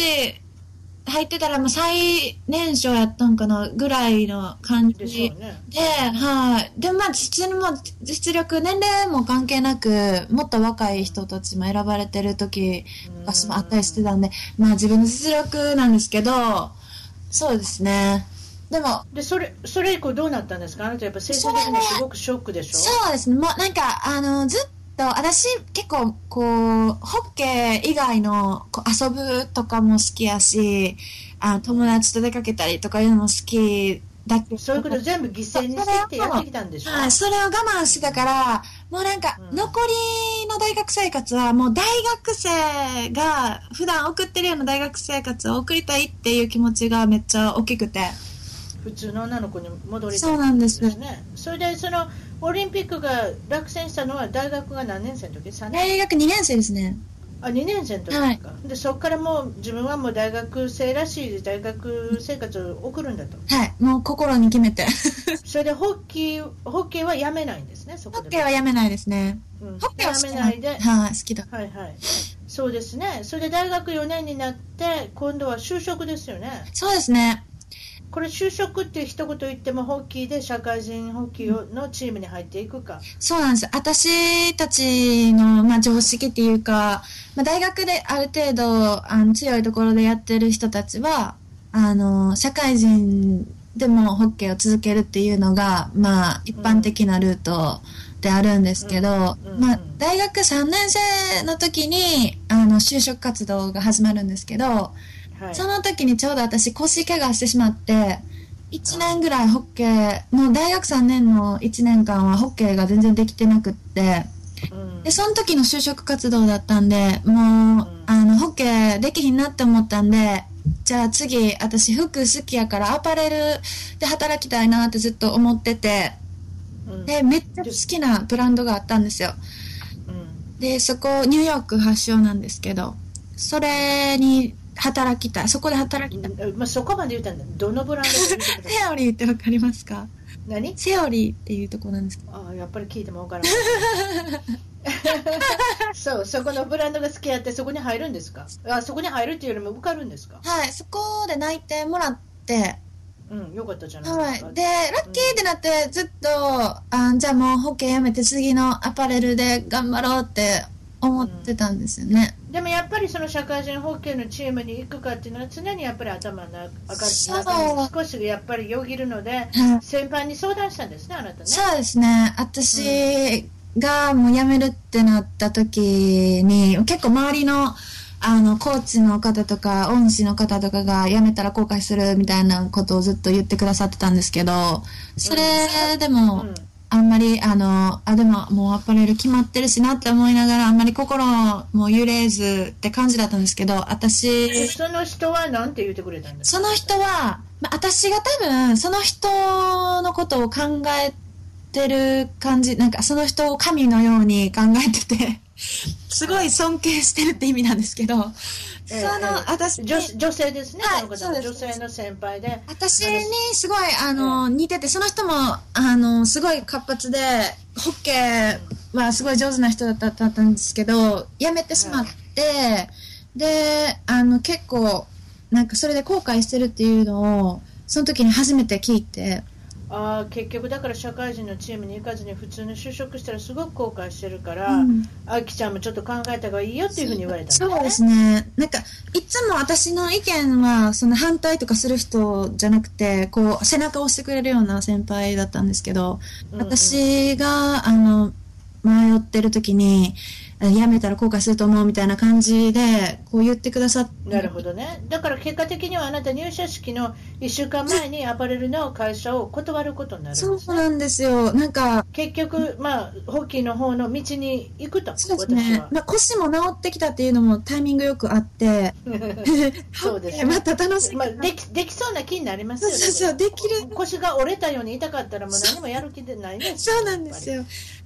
Speaker 2: 入ってたら、もう最年少やったんかなぐらいの感
Speaker 1: でし
Speaker 2: じ
Speaker 1: ょうね。
Speaker 2: で、はい。で、まあ、実にも、実力、年齢も関係なく、もっと若い人たちも選ばれてる時が
Speaker 1: うん
Speaker 2: あったりしてたんで、まあ、自分の実力なんですけど、そうですね。でも、
Speaker 1: でそれそれ以降どうなったんですかあなたやっぱ精神的にすごくショックでしょ
Speaker 2: そうですね。もうなんか、あの、ずっと、私結構、こう、ホッケー以外のこう遊ぶとかも好きやし、あ友達と出かけたりとかいうのも好きだけど。
Speaker 1: そういうこと全部犠牲にしてってやってきたんでしょ
Speaker 2: はい、それを我慢してたから、もうなんか、
Speaker 1: うん
Speaker 2: 残りの大学生活は、もう大学生が、普段送ってるような大学生活を送りたいっていう気持ちがめっちゃ大きくて。
Speaker 1: 普通の女の子に戻りたい
Speaker 2: そうなんです
Speaker 1: ですねそれでそのオリンピックが落選したのは大学が何年生の時3年
Speaker 2: 大学2年生ですね。
Speaker 1: あ2年生の時か、
Speaker 2: はい
Speaker 1: でそこからもう自分はもう大学生らしい大学生活を送るんだと
Speaker 2: はい、もう心に決めて。
Speaker 1: それでホッキーホッケーはやめないんですねそ
Speaker 2: ホ
Speaker 1: こ
Speaker 2: ッ
Speaker 1: で
Speaker 2: ケーはやめないですね。
Speaker 1: うん
Speaker 2: ホッケーは好き
Speaker 1: やめないで
Speaker 2: はい、好きだ。
Speaker 1: はいはいそうですねそれで大学4年になって今度は就職ですよね
Speaker 2: そうですね。
Speaker 1: これ就職って一言言ってもホッキーで社会人ホッキーのチームに入っていくか、
Speaker 2: そうなんです。私たちの、まあ、常識っていうか、まあ、大学である程度、あの、強いところでやってる人たちは、あの、社会人でもホッケーを続けるっていうのが、まあ、一般的なルートであるんですけど、
Speaker 1: うんうん
Speaker 2: まあ、大学3年生の時に、あの、就職活動が始まるんですけど、
Speaker 1: はい、
Speaker 2: その時にちょうど私腰怪我してしまって1年ぐらいホッケーもう大学3年の1年間はホッケーが全然できてなくって
Speaker 1: うん
Speaker 2: でその時の就職活動だったんでもうあのホッケーできひんなって思ったんでじゃあ次私服好きやからアパレルで働きたいなってずっと思ってて
Speaker 1: うん
Speaker 2: でめっちゃ好きなブランドがあったんですよ
Speaker 1: うん
Speaker 2: でそこニューヨーク発祥なんですけどそれに働きたいそこで働きたい
Speaker 1: うんまあ、そこまで言ったんだどのブランドか言ってください
Speaker 2: セオリーってわかりますか
Speaker 1: 何
Speaker 2: セオリーっていうところなんですけど
Speaker 1: ああやっぱり聞いても分からない そうそこのブランドが付き合ってそこに入るんですかあそこに入るっていうよりも受かるんですか
Speaker 2: はい、そこで内定もらって、
Speaker 1: うんよかったじゃない
Speaker 2: は
Speaker 1: ですか、
Speaker 2: い、で、ラッキーってなって、ずっと、あじゃあもう保険やめて次のアパレルで頑張ろうって思ってたんですよね。
Speaker 1: でもやっぱりその社会人ホッケーのチームに行くかっていうのは常にやっぱり頭の中
Speaker 2: そう
Speaker 1: 中に少しやっぱりよぎるので
Speaker 2: はい、
Speaker 1: 先輩に相談したんですねあなたね
Speaker 2: そうですね、私がもう辞めるってなった時に、結構周りの、あの、コーチの方とか、恩師の方とかが辞めたら後悔するみたいなことをずっと言ってくださってたんですけど、それでも、
Speaker 1: うん
Speaker 2: あんまり、あの、あ、でも、もうアパレル決まってるしなって思いながら、あんまり心も揺れずって感じだったんですけど、
Speaker 1: で
Speaker 2: 私、
Speaker 1: その人はなんて言ってくれたんですか
Speaker 2: その人は、まあ、私が多分、その人のことを考えてる感じ、なんかその人を神のように 考えてて、すごい尊敬してるって意味なんですけど、
Speaker 1: ええ
Speaker 2: その、私に、
Speaker 1: 女女性ですね、
Speaker 2: はい
Speaker 1: その方
Speaker 2: そう
Speaker 1: の
Speaker 2: です
Speaker 1: 女性の先輩で、
Speaker 2: 私にすごい、あの、似てて、その人も、あの、すごい活発で、ホッケーはすごい上手な人だっただったんですけど、辞めてしまって、で、あの、結構、なんかそれで後悔してるっていうのを、その時に初めて聞いて、
Speaker 1: ああ結局だから社会人のチームに行かずに普通の就職したらすごく後悔してるから、
Speaker 2: うん
Speaker 1: あきちゃんもちょっと考えた方がいいよっていうふうに言われたんですね
Speaker 2: そうですね。なんか、いつも私の意見は、その反対とかする人じゃなくて、こう、背中を押してくれるような先輩だったんですけど、
Speaker 1: うんうん
Speaker 2: 私が、あの、迷ってる時に、あ辞めたら後悔すると思うみたいな感じで、こう言ってくださって。
Speaker 1: なるほどねだから結果的にはあなた入社式の1週間前にアパレルの会社を断ることになるんです
Speaker 2: そ
Speaker 1: ね
Speaker 2: うなんですよ。なんか、
Speaker 1: 結局、まあ、ホッキーの方の道に行くと、
Speaker 2: そうです
Speaker 1: 私
Speaker 2: ね
Speaker 1: は。。
Speaker 2: まあ、腰も治ってきたっていうのもタイミングよくあって、
Speaker 1: そうですね
Speaker 2: また楽しみ
Speaker 1: まあ、できできそうな気になります
Speaker 2: そう
Speaker 1: よ
Speaker 2: そうそう、
Speaker 1: ね。
Speaker 2: できる。
Speaker 1: 腰が折れたように痛かったらもう何もやる気でないです
Speaker 2: そうなんですよ。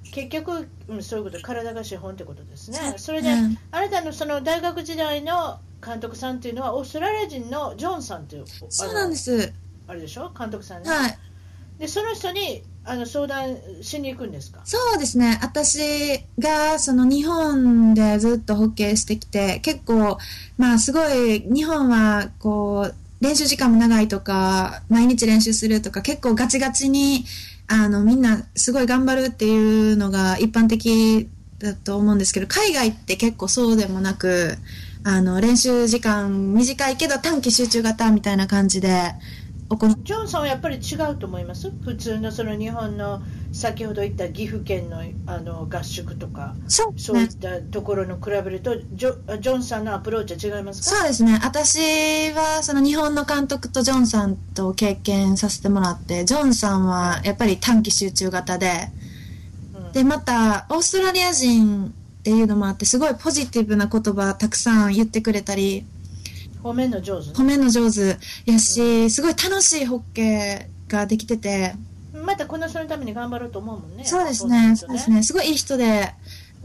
Speaker 1: 結局、うん、そういうこと体が資本ってことですね
Speaker 2: う
Speaker 1: それで、
Speaker 2: うん
Speaker 1: あなたのその大学時代の監督さんっていうのはオーストラリア人のジョンさんっていう
Speaker 2: そうなんですす。
Speaker 1: あれでしょ監督さんね、
Speaker 2: はい。
Speaker 1: でその人にあの相談しに行くんですか
Speaker 2: そうですね。私が、その日本でずっとホッケーしてきて、結構、まあすごい、日本は、こう、練習時間も長いとか、毎日練習するとか、結構ガチガチに、あの、みんなすごい頑張るっていうのが一般的だと思うんですけど、海外って結構そうでもなく、あの、練習時間短いけど短期集中型みたいな感じで、行っ
Speaker 1: ジョンさんはやっぱり違うと思います普通のその日本の先ほど言った岐阜県のあの合宿とか
Speaker 2: そうです
Speaker 1: そうい
Speaker 2: ね
Speaker 1: っ。たところの比べるとジョジョンさんのアプローチは違いますか
Speaker 2: そうですね。私は、その日本の監督とジョンさんと経験させてもらって、ジョンさんはやっぱり短期集中型で、
Speaker 1: うん
Speaker 2: で、また、オーストラリア人っていうのもあって、すごいポジティブな言葉たくさん言ってくれたり、
Speaker 1: 褒めんの上手
Speaker 2: 褒めんの上手やし、すごい楽しいホッケーができてて、
Speaker 1: またこの人のために頑張ろうと思うもんね
Speaker 2: そうです
Speaker 1: な
Speaker 2: ね、
Speaker 1: ん
Speaker 2: そうですね、すごいいい人で、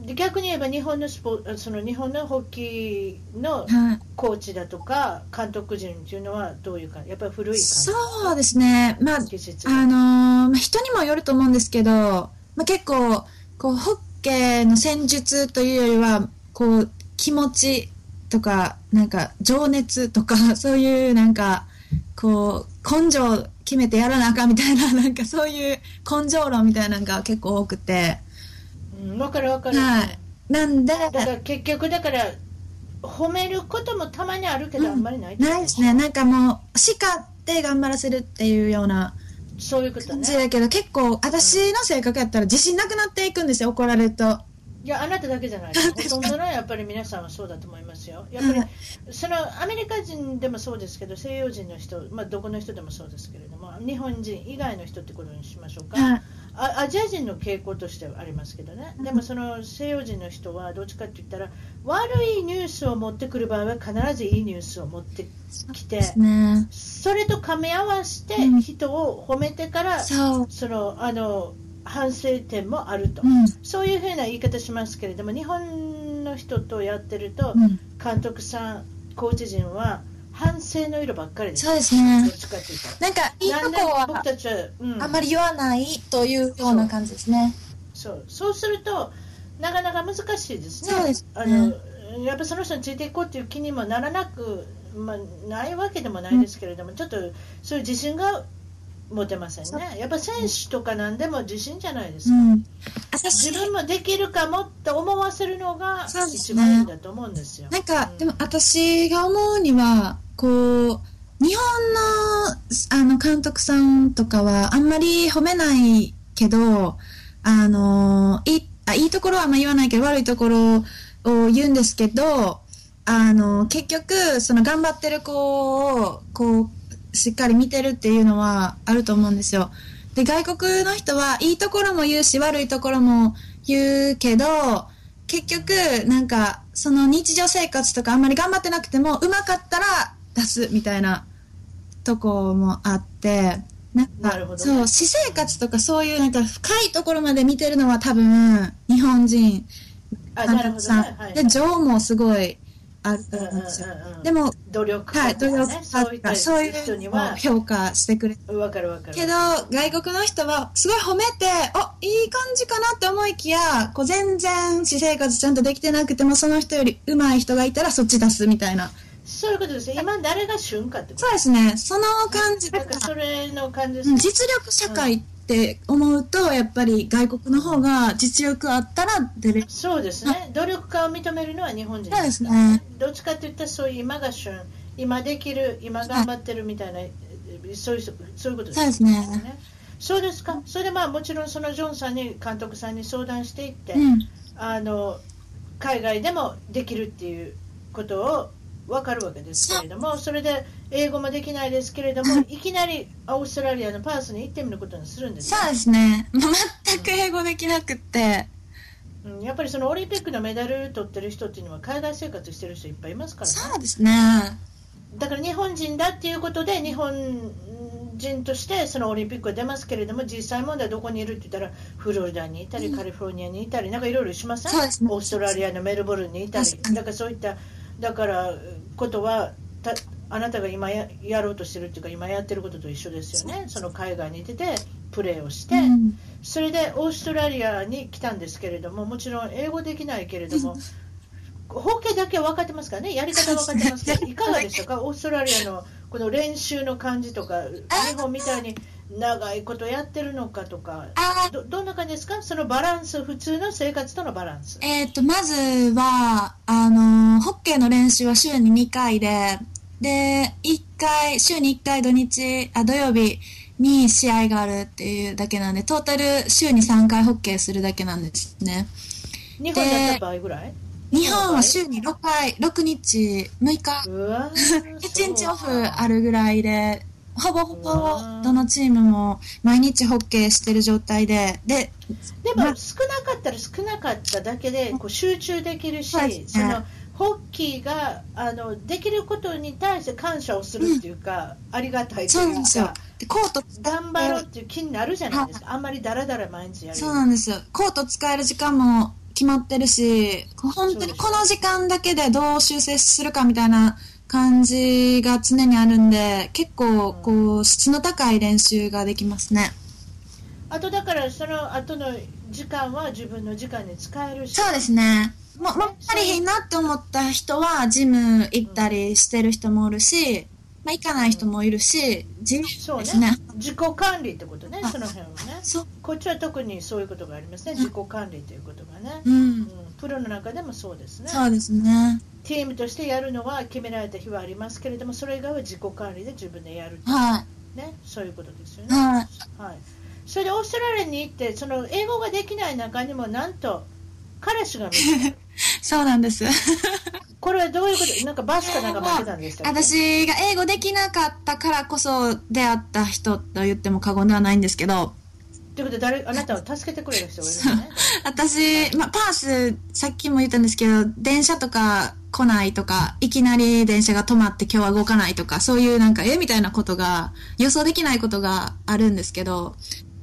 Speaker 1: で逆に言えば日本のスポその日本のホッキーの
Speaker 2: はい。
Speaker 1: コーチだとか監督陣っていうのはどういうかやっぱり古い感じ
Speaker 2: そうですね、まあ、
Speaker 1: 技術
Speaker 2: あのーまあ、人にもよると思うんですけど、まあ、結構こうホッケーの戦術というよりはこう気持ちとかなんか情熱とか そういうなんかこう根性を決めてやらなあかんみたいな なんかそういう根性論みたいなのが結構多くて
Speaker 1: うん、分かる分かる、
Speaker 2: はいなんで
Speaker 1: だから結局だから褒めることもたまにあるけど、
Speaker 2: うん
Speaker 1: あんまりないってこと
Speaker 2: ないですねなんかもう叱って頑張らせるっていうような
Speaker 1: そういうこと
Speaker 2: 感じ
Speaker 1: ね
Speaker 2: だけど結構私の性格やったら自信なくなっていくんですよ怒られると。
Speaker 1: いやあなただけじゃないですほとんどのやっぱり皆さんはそうだと思いますよやっぱり、
Speaker 2: はい
Speaker 1: そのアメリカ人でもそうですけど西洋人の人、まあ、どこの人でもそうですけれども日本人以外の人ってことにしましょうか、
Speaker 2: はい
Speaker 1: あアジア人の傾向としてはありますけどね、
Speaker 2: うん
Speaker 1: でもその西洋人の人はどっちかって言ったら悪いニュースを持ってくる場合は必ずいいニュースを持ってきて
Speaker 2: ですね。
Speaker 1: それと噛み合わせて
Speaker 2: うん
Speaker 1: 人を褒めてから、
Speaker 2: そう。
Speaker 1: そのあの反省点もあると、
Speaker 2: うん。
Speaker 1: そういうふうな言い方しますけれども日本の人とやってると
Speaker 2: うん、
Speaker 1: 監督さん、コーチ陣は反省の色ばっかりです。
Speaker 2: そうです
Speaker 1: どっ
Speaker 2: ね。
Speaker 1: ちかっていうと
Speaker 2: なんか、いいとこ
Speaker 1: なんで僕
Speaker 2: は
Speaker 1: たちは、うん
Speaker 2: あんまり言わないというような感じですね。
Speaker 1: そうそうするとなかなか難しいですね。
Speaker 2: そうですね
Speaker 1: あのやっぱその人についていこうという気にもならなく、まあ、ないわけでもないですけれども、ちょっとそういう自信が持てませんね。やっぱ選手とかなんでも自信じゃないです
Speaker 2: う
Speaker 1: か。
Speaker 2: ん。あ
Speaker 1: 自
Speaker 2: 私、
Speaker 1: 分もできるかもって思わせるのが
Speaker 2: そうです
Speaker 1: 一
Speaker 2: ね
Speaker 1: 番いいんだと思うんですよ。
Speaker 2: なんか
Speaker 1: う、ん
Speaker 2: でも私が思うには、こう、日本の、あの、監督さんとかは、あんまり褒めないけど、あの、いい、あいいところはあんま言わないけど、悪いところを言うんですけど、あの、結局、その頑張ってる子を、こう、しっかり見てるっていうのはあると思うんですよ。で、外国の人はいいところも言うし、悪いところも言うけど、結局、なんか、その日常生活とかあんまり頑張ってなくても、うまかったら出すみたいなとこもあって、なんか、
Speaker 1: なるほどね
Speaker 2: そう、私生活とかそういうなんか深いところまで見てるのは多分、日本人
Speaker 1: あ
Speaker 2: 監
Speaker 1: なるほ
Speaker 2: 督
Speaker 1: ど
Speaker 2: さん、
Speaker 1: ね。はい
Speaker 2: で情もすごいあると
Speaker 1: うんうん
Speaker 2: 思
Speaker 1: う
Speaker 2: う
Speaker 1: んん
Speaker 2: ですよ、
Speaker 1: うん
Speaker 2: でも、
Speaker 1: 努力家
Speaker 2: はい、努力
Speaker 1: ね、
Speaker 2: 家
Speaker 1: そうい
Speaker 2: と
Speaker 1: っ
Speaker 2: か
Speaker 1: た
Speaker 2: そういう
Speaker 1: 人に
Speaker 2: のを
Speaker 1: は
Speaker 2: 評価してくれる
Speaker 1: わかるわかる。
Speaker 2: けど外国の人はすごい褒めてあいい感じかなって思いきやこう全然私生活ちゃんとできてなくてもその人より上手い人がいたらそっち出すみたいな
Speaker 1: そういうことですね。今誰が旬かってこと。
Speaker 2: そうですねその感じと
Speaker 1: だから
Speaker 2: か
Speaker 1: それの感じです
Speaker 2: うん
Speaker 1: ね。
Speaker 2: 実力社会って思うとやっぱり外国の方が実力あったら出れる
Speaker 1: そうですね、努力家を認めるのは日本人
Speaker 2: そうです
Speaker 1: から
Speaker 2: ね
Speaker 1: どっちかといったら、そういう今が旬、今できる、今頑張ってるみたいな、そういうそういうことです
Speaker 2: そうですね
Speaker 1: ねそうですか、それでまあもちろんそのジョンさんに、監督さんに相談していって、
Speaker 2: うん
Speaker 1: あの、海外でもできるっていうことを分かるわけですけれども、それで英語もできないですけれども、いきなりオーストラリアのパースに行ってみることにするんですよ
Speaker 2: そうですね。もう全く英語できなくって。
Speaker 1: うんやっぱりそのオリンピックのメダル取ってる人っていうのは海外生活してる人いっぱいいますからね
Speaker 2: そうですね。
Speaker 1: だから日本人だっていうことで日本人としてそのオリンピックは出ますけれども実際問題はどこにいるって言ったらフロリダにいたりカリフォルニアにいたりなんかいろいろしません
Speaker 2: そうですね
Speaker 1: オーストラリアのメルボルンにいたり
Speaker 2: 確かに
Speaker 1: だからそういっただからことはたあなたが今ややろうとしてるっていうか今やってることと一緒ですよねその海外に出てプレーをして。
Speaker 2: うん
Speaker 1: それでオーストラリアに来たんですけれども、もちろん英語できないけれども、方形だけ分かってますからね、やり方分かってますけど、いかがでしたか、オーストラリアのこの練習の感じとか、日本みたいに長いことやってるのかとか、
Speaker 2: あ
Speaker 1: どどんな感じですか、そのバランス、普通の生活とのバランス。
Speaker 2: えっ、と、まずは、あの、ホッケーの練習は週に2回で、で、一回、週に1回土日、あ、土曜日に試合があるっていうだけなんで、トータル週に3回ホッケーするだけなんですね。
Speaker 1: 日本だった場合ぐらい
Speaker 2: 日本は週に6回、6日、6日、
Speaker 1: うわ
Speaker 2: 1日オフあるぐらいで、ほぼほぼどのチームも毎日ホッケーしてる状態で、で、
Speaker 1: でも少なかったら少なかっただけでこう集中できるし、
Speaker 2: そうです
Speaker 1: そ
Speaker 2: ね
Speaker 1: のホッキーがあのできることに対して感謝をするっていうか、ありがたいと
Speaker 2: そう
Speaker 1: い
Speaker 2: なん
Speaker 1: う
Speaker 2: ですよ
Speaker 1: か。
Speaker 2: でコート
Speaker 1: 頑張ろうっていう気になるじゃないですか、あんまりだらだら毎日やる
Speaker 2: そうなんですよ。コート使える時間も決まってるし、こう本当にこの時間だけでどう修正するかみたいな感じが常にあるんで、結構こう質の高い練習ができますね。
Speaker 1: あとだからその後の時間は自分の時間に使えるし
Speaker 2: そうですね。も、もったりいいなって思った人は、ジム行ったりしてる人もおるし、まあ行かない人もいるし、自由
Speaker 1: そう
Speaker 2: で
Speaker 1: ね
Speaker 2: すね。
Speaker 1: 自己管理ってことね
Speaker 2: あ
Speaker 1: その辺はね
Speaker 2: そう、
Speaker 1: こっちは特にそういうことがありますね自己管理ということがね、
Speaker 2: う。
Speaker 1: うんん、プロの中でもそうですね
Speaker 2: そうですね。
Speaker 1: チームとしてやるのは決められた日はありますけれども、それ以外は自己管理で自分でやる
Speaker 2: は
Speaker 1: ね、そういうことですよ
Speaker 2: い。
Speaker 1: ね。
Speaker 2: はい。
Speaker 1: はい、それでオーストラリアに行って、その英語ができない中にも、なんと彼氏が見 つかる
Speaker 2: そうなんです。
Speaker 1: これはどういうこと、なんかバスかなんか負けたんでしたっけ
Speaker 2: 私が英語できなかったからこそ出会った人と言っても過言ではないんですけど、
Speaker 1: ということで誰、あなたを助けてくれる人がいるんですね。
Speaker 2: 私、まあ、パース、さっきも言ったんですけど、電車とか来ないとか、いきなり電車が止まって今日は動かないとか、そういうなんか、えみたいなことが、予想できないことがあるんですけど、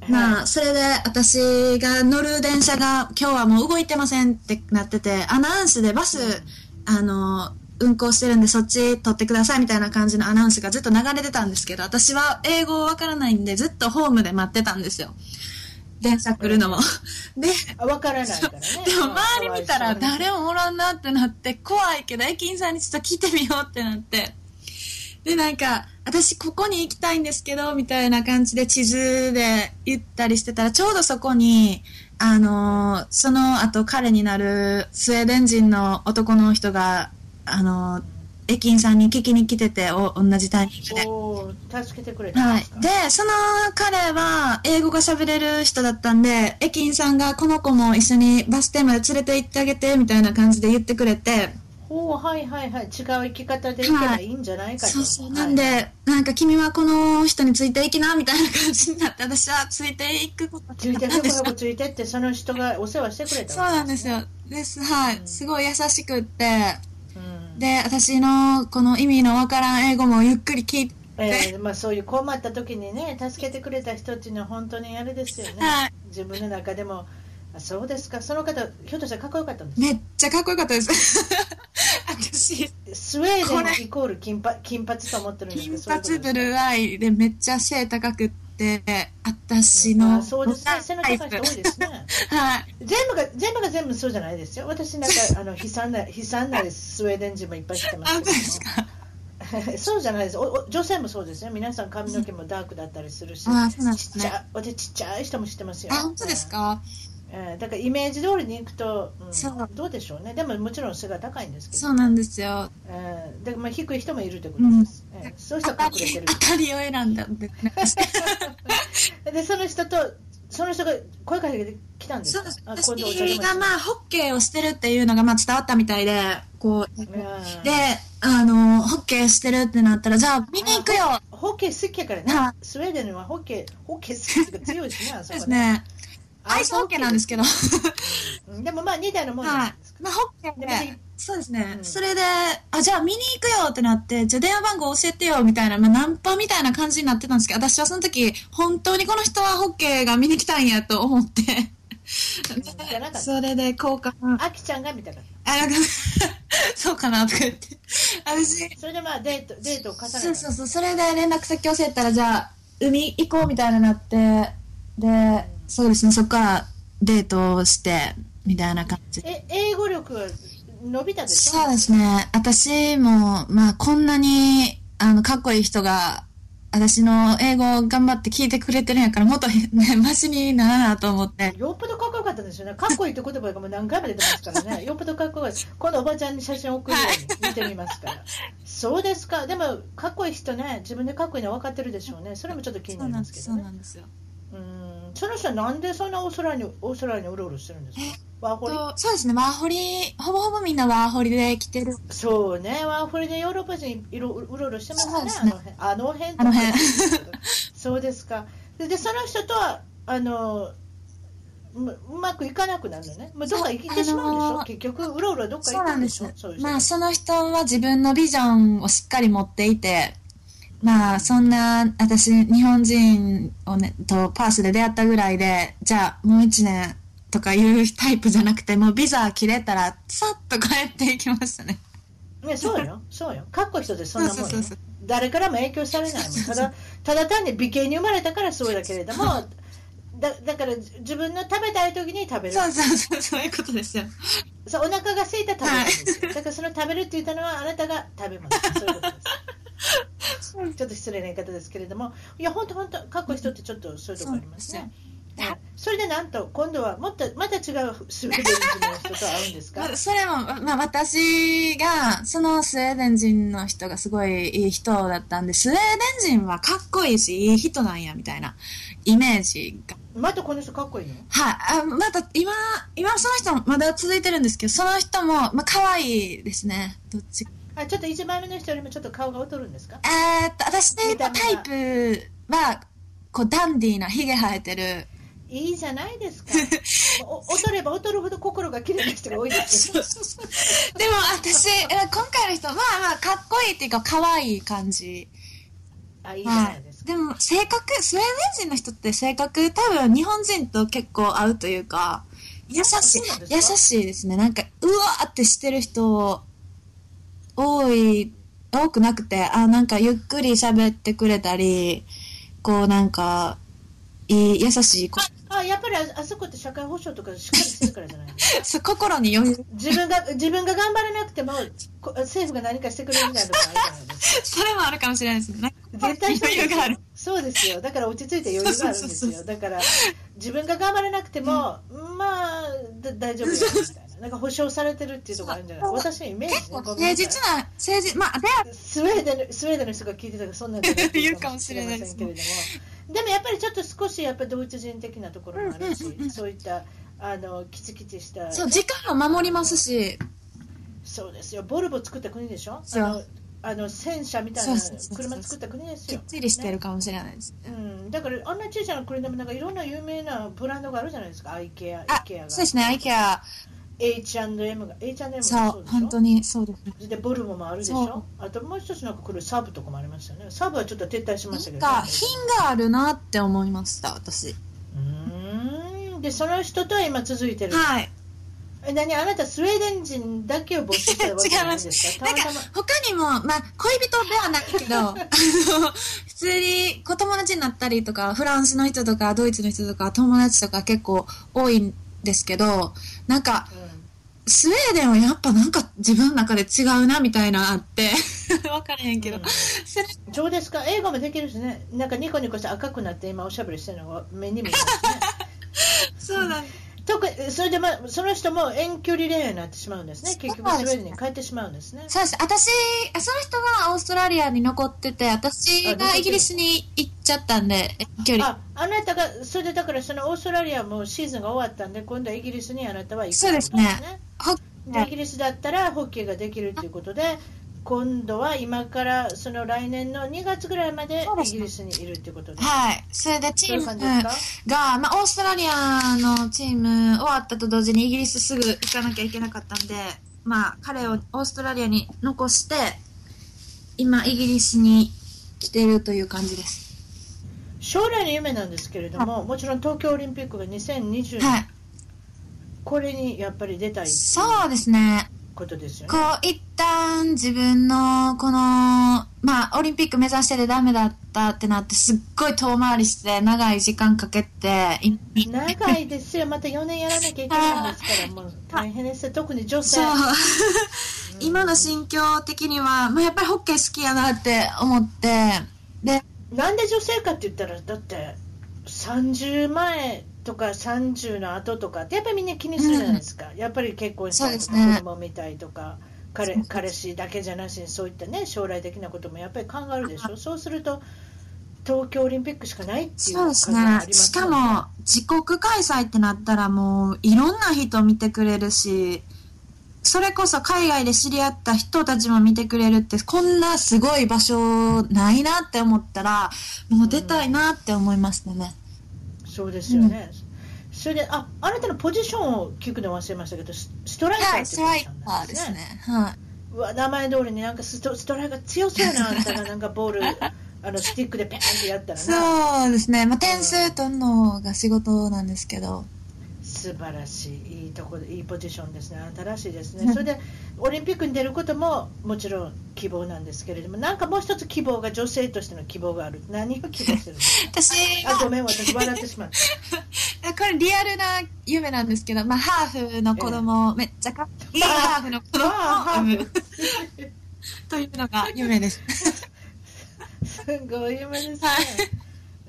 Speaker 2: まあ、それで私が乗る電車が今日はもう動いてませんってなってて、アナウンスでバス、あの、運行してるんでそっち取ってくださいみたいな感じのアナウンスがずっと流れてたんですけど、私は英語わからないんでずっとホームで待ってたんですよ。電車来るのも。で、
Speaker 1: あわからないからね。
Speaker 2: でも周り見たら誰
Speaker 1: も
Speaker 2: もおらんなってなって怖いけど駅員さんにちょっと聞いてみようってなってでなんか私ここに行きたいんですけどみたいな感じで地図で言ったりしてたらちょうどそこにあのーその後彼になるスウェーデン人の男の人があのー駅員さんに聞きに来ててお同じタイミングで。
Speaker 1: おー助けてくれたん
Speaker 2: は
Speaker 1: で
Speaker 2: い
Speaker 1: すか、。
Speaker 2: で、その彼は英語が喋れる人だったんで、駅員さんがこの子も一緒にバス停まで連れて行ってあげてみたいな感じで言ってくれて、
Speaker 1: おーはいはいはい、違う生き方でいけばいいんじゃないかと。
Speaker 2: そうそう、
Speaker 1: はい
Speaker 2: なんで、なんか君はこの人についていきなみたいな感じになって、私はついていくこと
Speaker 1: ついて
Speaker 2: な
Speaker 1: そ
Speaker 2: ん
Speaker 1: こ
Speaker 2: で
Speaker 1: そ
Speaker 2: す
Speaker 1: こついてってその人がお世話してくれた
Speaker 2: そうなんです
Speaker 1: よ、
Speaker 2: よ。です、はい。すごい優しくって、
Speaker 1: うん
Speaker 2: で、私のこの意味のわからん英語もゆっくり聞いて、
Speaker 1: えーまあ、そういう困った時にね助けてくれた人っていうのは本当にあれですよね、
Speaker 2: はい
Speaker 1: 自分の中でもあそうですかその方ひょっとしたらかっこよかったんです
Speaker 2: めっちゃかっこよかったです。 私、
Speaker 1: スウェー
Speaker 2: こ
Speaker 1: デ
Speaker 2: れ
Speaker 1: ンイコール金髪金髪と思ってるんですけ
Speaker 2: 金
Speaker 1: どそういうこと
Speaker 2: 髪
Speaker 1: です
Speaker 2: ブルーアイでめっちゃ背高くって私
Speaker 1: うん
Speaker 2: の
Speaker 1: あそうですね背の高い人多いですね
Speaker 2: はい
Speaker 1: 全部が全部が全部そうじゃないですよ私なんかあの悲惨な悲惨なスウェーデン人もいっぱい知ってま
Speaker 2: あ
Speaker 1: す
Speaker 2: そ
Speaker 1: けど
Speaker 2: うですか
Speaker 1: そうじゃないですおお女性もそうですよ皆さん髪の毛もダークだったりするし、
Speaker 2: あそうなんで
Speaker 1: ち
Speaker 2: す
Speaker 1: っち
Speaker 2: ね
Speaker 1: ゃ私ちっちゃい人も知ってますよ
Speaker 2: あ本当です、か
Speaker 1: えーだからイメージ通りに行くと、うん
Speaker 2: そう
Speaker 1: どうでしょうねでももちろん背が高いんですけど
Speaker 2: そうなんですよ
Speaker 1: えーだからまあ低い人もいるということです、えーそういう人
Speaker 2: 当
Speaker 1: は
Speaker 2: た
Speaker 1: 隠れて
Speaker 2: り
Speaker 1: る
Speaker 2: 当たりを選んだんでね
Speaker 1: でその人とその人が声かけてきたんです
Speaker 2: そう
Speaker 1: か
Speaker 2: です
Speaker 1: あ今度お茶
Speaker 2: 私
Speaker 1: でも
Speaker 2: がまあホッケーをしてるっていうのがまあ伝わったみたいでこう
Speaker 1: うん
Speaker 2: であのホッケーしてるってなったらじゃあ見に行くよ
Speaker 1: ホッケー好きやからね
Speaker 2: は
Speaker 1: スウェーデンはホッケーホッケー好きが強いしねあそ
Speaker 2: そうで
Speaker 1: こ
Speaker 2: すね
Speaker 1: あ
Speaker 2: アイスホッケーなんですけど
Speaker 1: うんでもまあ2台のもんじゃな
Speaker 2: はいい
Speaker 1: ですか、。
Speaker 2: まあ、ホッ
Speaker 1: で
Speaker 2: ケーで。そうですね、
Speaker 1: うん
Speaker 2: それで、あ、じゃあ見に行くよってなって、じゃあ電話番号教えてよみたいな、まあ、ナンパみたいな感じになってたんですけど、私はその時、本当にこの人はホッケーが見に来たんやと思って、
Speaker 1: うんじゃなかった
Speaker 2: それで、こうか、あ、
Speaker 1: あきちゃんが見たかった
Speaker 2: なんか そうかなとか言って、私、
Speaker 1: それでまあデートデートを重ねた
Speaker 2: そうそうそう、それで連絡先教えたら、じゃあ、海行こうみたいになって、で、そうですね、そこからデートをして、みたいな感じで
Speaker 1: え英語力は伸びたでしょ
Speaker 2: そうですね。私も、まあ、こんなに、あの、かっこいい人が、私の英語を頑張って聞いてくれてるんやから、もっと、ね、マシにならなと思って。
Speaker 1: よっぽどかっこよかったったんですよね。かっこいいって言葉がもう何回も出てますからね。よっぽどかっこいいです。今度おばちゃんに写真送るように見てみますから。そうですか。でも、かっこいい人ね、自分でかっこいいのは分かってるでしょうね。それもちょっと気に
Speaker 2: そ
Speaker 1: な
Speaker 2: う
Speaker 1: り
Speaker 2: なん
Speaker 1: ま
Speaker 2: ですす
Speaker 1: け
Speaker 2: そ
Speaker 1: ど
Speaker 2: う
Speaker 1: ね
Speaker 2: な。んですよ
Speaker 1: うん。その人はなんでそんな大空に、大空にうろうろしてるんですかワーホリ
Speaker 2: とそうですねワーホリほぼほぼみんなワーホリで来てる
Speaker 1: そうね、ワーホリでヨーロッパ人いろうろうろしてますね、
Speaker 2: そうです
Speaker 1: あの辺。
Speaker 2: あの辺
Speaker 1: とか そうですか。で、でその人とは、あの、ううまくいかなくなるのね。まあ、どっか行ってしまうんでし
Speaker 2: あ
Speaker 1: ょ、
Speaker 2: のー
Speaker 1: 結局、うろうろどっか
Speaker 2: そう
Speaker 1: 行
Speaker 2: な
Speaker 1: くん
Speaker 2: ん
Speaker 1: で
Speaker 2: で
Speaker 1: し
Speaker 2: す
Speaker 1: ょそういう人
Speaker 2: まあその人は自分のビジョンをしっかり持っていてまあそんな私日本人を、ね、とパースで出会ったぐらいでじゃあもう1年とかいうタイプじゃなくてもうビザ切れたらさっと帰っていきましたね
Speaker 1: ね、そうよ、そうよ。かっこいい人でそんなもんよ
Speaker 2: そうそうそうそう
Speaker 1: 誰からも影響されないもん。ただ、ただ単に美形に生まれたからそうだけれども、だだから自分の食べたい時に食べる
Speaker 2: そうそうそうそういうことですよ
Speaker 1: そうお腹が空いたら食べるんですよ、だからその食べるって言ったのはあなたが食べ物 そういうことです
Speaker 2: うん
Speaker 1: ちょっと失礼な言い方ですけれどもいや本当本当かっこいい人ってちょっとそういうとこありますね
Speaker 2: そうなん
Speaker 1: うんそれでなんと今度はもっとまた違うスウェーデン人の人と会うんですか
Speaker 2: まそれも、まあ、私がそのスウェーデン人の人がすごいいい人だったんでスウェーデン人はかっこいいしいい人なんやみたいなイメージが
Speaker 1: またこの人かっこいいの
Speaker 2: はい、あまた今、今その人もまだ続いてるんですけど、その人も、まあ、可愛いですね。どっち
Speaker 1: あちょっと一番目の人よりもちょっと顔が劣るんですか
Speaker 2: えーっと、私の
Speaker 1: 見た
Speaker 2: タ
Speaker 1: 目が
Speaker 2: イプは、こう、ダンディーな、ヒゲ生えてる。
Speaker 1: いいじゃないです かお劣れば劣るほど心が綺麗な人が多い ですけど
Speaker 2: でも私、え今回の人、まあまあ、かっこいいっていうか、可愛い感じ。
Speaker 1: あいいじゃ
Speaker 2: は
Speaker 1: ない
Speaker 2: い
Speaker 1: です。か
Speaker 2: でも、性格、スウェーデン人の人って性格、多分、日本人と結構合うというか、優しい
Speaker 1: そうなんです、か
Speaker 2: 優しいですね。なんか、うわーってしてる人、多い、多くなくて、あ、なんか、ゆっくり喋ってくれたり、こう、なんか、いい、優しい子、
Speaker 1: あやっぱりああそこって社会保障とかしっかりしてるからじゃないの
Speaker 2: そう心に余裕。
Speaker 1: 自分が自分が頑張らなくてもこ政府が何かしてくれるみたいなのがあるじゃないですか
Speaker 2: それもあるかもしれないですね。なんか
Speaker 1: 絶対そうです
Speaker 2: 余裕がある
Speaker 1: よ。そうですよだから落ち着いて余裕があるんです
Speaker 2: そうそうそう
Speaker 1: よだから自分が頑張らなくても、まあだ大丈夫よみたいななんか保証されてるっていうところあるんじゃない私のイメージ、ね
Speaker 2: 結構、、
Speaker 1: ごめんなさ
Speaker 2: 誠
Speaker 1: い
Speaker 2: 実な、誠実、まあ、では、
Speaker 1: スウェーデンスウェーデンの人が聞いてたらそんなんじゃない ってませんけれどもでもやっぱりちょっと少しやっぱ同一人的なところもあるし、
Speaker 2: うんうんうんうん
Speaker 1: そういったあのキチキチした
Speaker 2: そう、時間を守りますし、
Speaker 1: そうですよ、ボルボ作った国でしょ、あ
Speaker 2: そう
Speaker 1: のあの戦車みたいな
Speaker 2: そうそうそうそう
Speaker 1: 車作った国です
Speaker 2: き
Speaker 1: よ
Speaker 2: っ。ちりして
Speaker 1: ね
Speaker 2: るかもしれないです。
Speaker 1: うん、だからあんな小さな国でもなんかいろんな有名なブランドがあるじゃないですか、アイケア、
Speaker 2: あ
Speaker 1: イケアが、
Speaker 2: そうですね、アイケア、
Speaker 1: H&M が、H&M が
Speaker 2: そ
Speaker 1: そう
Speaker 2: う、
Speaker 1: でし
Speaker 2: 本
Speaker 1: ょ
Speaker 2: 当にそうですね。
Speaker 1: それでボルボもあるでし
Speaker 2: そう
Speaker 1: ょ、あともう一つなんかこれサブとかもありましたよね、サブはちょっと撤退しました
Speaker 2: な
Speaker 1: け
Speaker 2: ん
Speaker 1: ど、
Speaker 2: か、品があるなって思いました、私。
Speaker 1: うーんでその人とは今続いてる、
Speaker 2: はい。
Speaker 1: え何あなたスウェーデン人だけを募集してるわけじゃないんです か、
Speaker 2: なんか
Speaker 1: たまたま、
Speaker 2: 他にも、まあ、恋人ではないけ ど、あの、普通に、子友達になったりとか、フランスの人とか、ドイツの人とか、友達とか結構多いんですけど、なんか、
Speaker 1: うん
Speaker 2: スウェーデンはやっぱなんか自分の中で違うな、みたいなあって、 わからへんけど、
Speaker 1: うん
Speaker 2: それ
Speaker 1: そうですか、英語もできるしね、なんかニコニコして赤くなって今おしゃべりしてるのが目 に見えますね。
Speaker 2: そうなん
Speaker 1: 特にそれで、まあ、その人も遠距離恋愛になってしまうんですね、結局スウェーデンに帰ってしまうんですね。
Speaker 2: そうです。私、その人がオーストラリアに残ってて、私がイギリスに行っちゃったんで、距離。
Speaker 1: ああなたが、それでだからそのオーストラリアもシーズンが終わったんで、今度はイギリスにあなたは行く
Speaker 2: そうですね
Speaker 1: ってこと
Speaker 2: ほ
Speaker 1: でイギリスだったらホッケーができるということで、今度は今からその来年の2月ぐらいまで
Speaker 2: そうで
Speaker 1: イ
Speaker 2: す
Speaker 1: ギ
Speaker 2: ね
Speaker 1: リスにいるということで、
Speaker 2: はい。それで
Speaker 1: そ
Speaker 2: チ
Speaker 1: う
Speaker 2: ー
Speaker 1: いう
Speaker 2: ム
Speaker 1: 感じですか、
Speaker 2: が、まあ、オーストラリアのチーム終わったと同時にイギリスすぐ行かなきゃいけなかったんで、まあ、彼をオーストラリアに残して、今、イギリスに来てるという感じです。
Speaker 1: 将来の夢なんですけれども、もちろん東京オリンピックが2020、
Speaker 2: はい。
Speaker 1: これにやっぱり出たいという
Speaker 2: そうですね。
Speaker 1: ことですよ
Speaker 2: こ
Speaker 1: ね。
Speaker 2: う一旦自分のこのまあオリンピック目指しててダメだったってなってすっごい遠回りして長い時間かけてい
Speaker 1: 長いですよ、また4年やらなきゃいけないんですから、もう大変ですよ、特に女性
Speaker 2: そう。 今の心境的には、まあ、やっぱりホッケー好きやなって思ってで
Speaker 1: なんで女性かって言ったら、だって30前とか30の後とかってやっぱりみんな気にするじゃないですか、やっぱり結婚したりとか、
Speaker 2: そうですね
Speaker 1: 子供みたいとか彼
Speaker 2: そうそう
Speaker 1: 彼氏だけじゃなしにそういったね将来的なこともやっぱり考えるでしょそうすると東京オリンピックしかないっていう
Speaker 2: そう
Speaker 1: 感
Speaker 2: で
Speaker 1: じ
Speaker 2: す
Speaker 1: になり
Speaker 2: ね。
Speaker 1: ます
Speaker 2: し
Speaker 1: よ
Speaker 2: かも、自国開催ってなったらもう、いろんな人見てくれるし、それこそ海外で知り合った人たちも見てくれるって、こんなすごい場所ないなって思ったら、もう出たいなって思いましたね。
Speaker 1: そうですよね、それでああなたのポジションを聞くの忘れましたけどスストライカーってポジションなんですね,、
Speaker 2: ね。は
Speaker 1: うわ名前通りになんかストストライカー強そうやなあんたがなんかボー ルあのスティックでペーンってやった
Speaker 2: い。
Speaker 1: らな
Speaker 2: そうですね。まあ、点数取るのが仕事なんですけど。
Speaker 1: 素晴らしいいいとこいいポジションですね新しいですねそれでオリンピックに出ることももちろん希望なんですけれどもなんかもう一つ希望が女性としての希望がある何を希望してるの
Speaker 2: 私は
Speaker 1: あごめん私笑ってしまった
Speaker 2: これリアルな夢なんですけど、まあ、ハーフの子供、めっちゃかっこいい
Speaker 1: まあ
Speaker 2: ハーフの子供
Speaker 1: まあ
Speaker 2: を産むというのが夢です。
Speaker 1: すごい夢ですね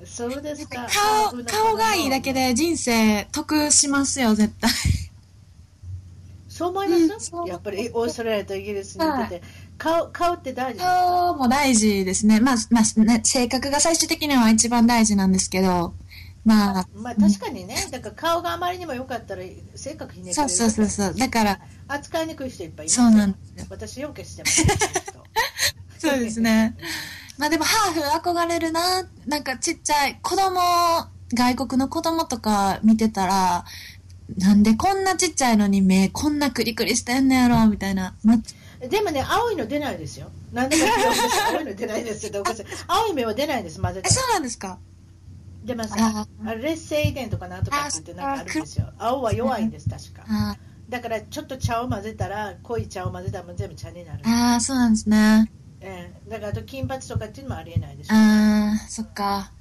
Speaker 2: は
Speaker 1: そうですか
Speaker 2: 顔顔がいいだけで人生得しますよ絶対。
Speaker 1: そう思いま
Speaker 2: うん
Speaker 1: す、
Speaker 2: そう
Speaker 1: やっぱりオーストラリアとイギリスに行ってて、顔顔って大事です
Speaker 2: 顔も大事ですね。まあ、まあね、性格が最終的には一番大事なんですけど、まあ、
Speaker 1: まあ確かにね、だから顔があまりにも良かったら性格ひねくれる
Speaker 2: そうそうそうそう。だから、
Speaker 1: 扱いにくい人いっぱいいます
Speaker 2: そうなんですよ。
Speaker 1: 私よけしてます
Speaker 2: そうですね。まあでもハーフ憧れるな。なんかちっちゃい子供、外国の子供とか見てたら、なんでこんなちっちゃいのに目こんなクリクリしてんのやろみたいな。ま
Speaker 1: でもね青いの出ないですよなんでかって青いの出ないですよどうかしら青い目は出ないです混ぜた
Speaker 2: え、
Speaker 1: ら
Speaker 2: そうなんですか
Speaker 1: 出ます
Speaker 2: あ
Speaker 1: あれ劣勢遺伝とかなんとかって言ってなんかあるんですよ青は弱いんです確か
Speaker 2: あ
Speaker 1: だからちょっと茶を混ぜたら濃い茶を混ぜたらもう全部茶になる、
Speaker 2: あー、そうなんですね。
Speaker 1: ええだからあと金髪とかっていうのもありえないでしょ
Speaker 2: ああ、そっか。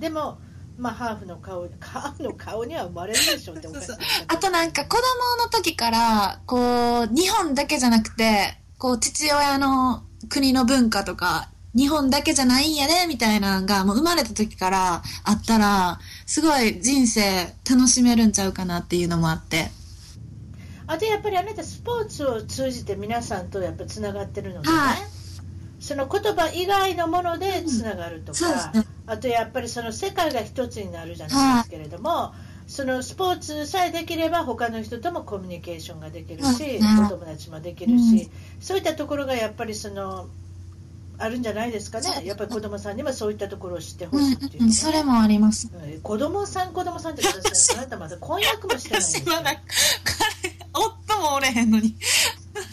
Speaker 1: でも、まあ、ハーフの顔ハーフの顔には生まれるでしょうっておかしい
Speaker 2: そうあとなんか子供の時から、こう、日本だけじゃなくて、こう、父親の国の文化とか、日本だけじゃないんやで、みたいなのが、もう生まれた時からあったら、すごい人生楽しめるんちゃうかなっていうのもあって。
Speaker 1: あとやっぱりあなたスポーツを通じて皆さんとやっぱつながってるので、ね
Speaker 2: はい
Speaker 1: その言葉以外のものでつながると
Speaker 2: そうです
Speaker 1: か、
Speaker 2: ね。
Speaker 1: あとやっぱりその世界が一つになるじゃないですけれども、そのスポーツさえできれば他の人ともコミュニケーションができる
Speaker 2: そう
Speaker 1: し、
Speaker 2: ですね
Speaker 1: お友達もできるし、そういったところがやっぱりそのあるんじゃないですか
Speaker 2: そうです
Speaker 1: ね
Speaker 2: ね
Speaker 1: やっぱり子供さんにもそういったところを知って
Speaker 2: う
Speaker 1: ほ
Speaker 2: ん、
Speaker 1: しいっていううんね。
Speaker 2: それもあります。
Speaker 1: うん子供さん子供さんって言ってくださいあなたまだ婚約もしてないん ですよ
Speaker 2: く、夫もおれへんのに。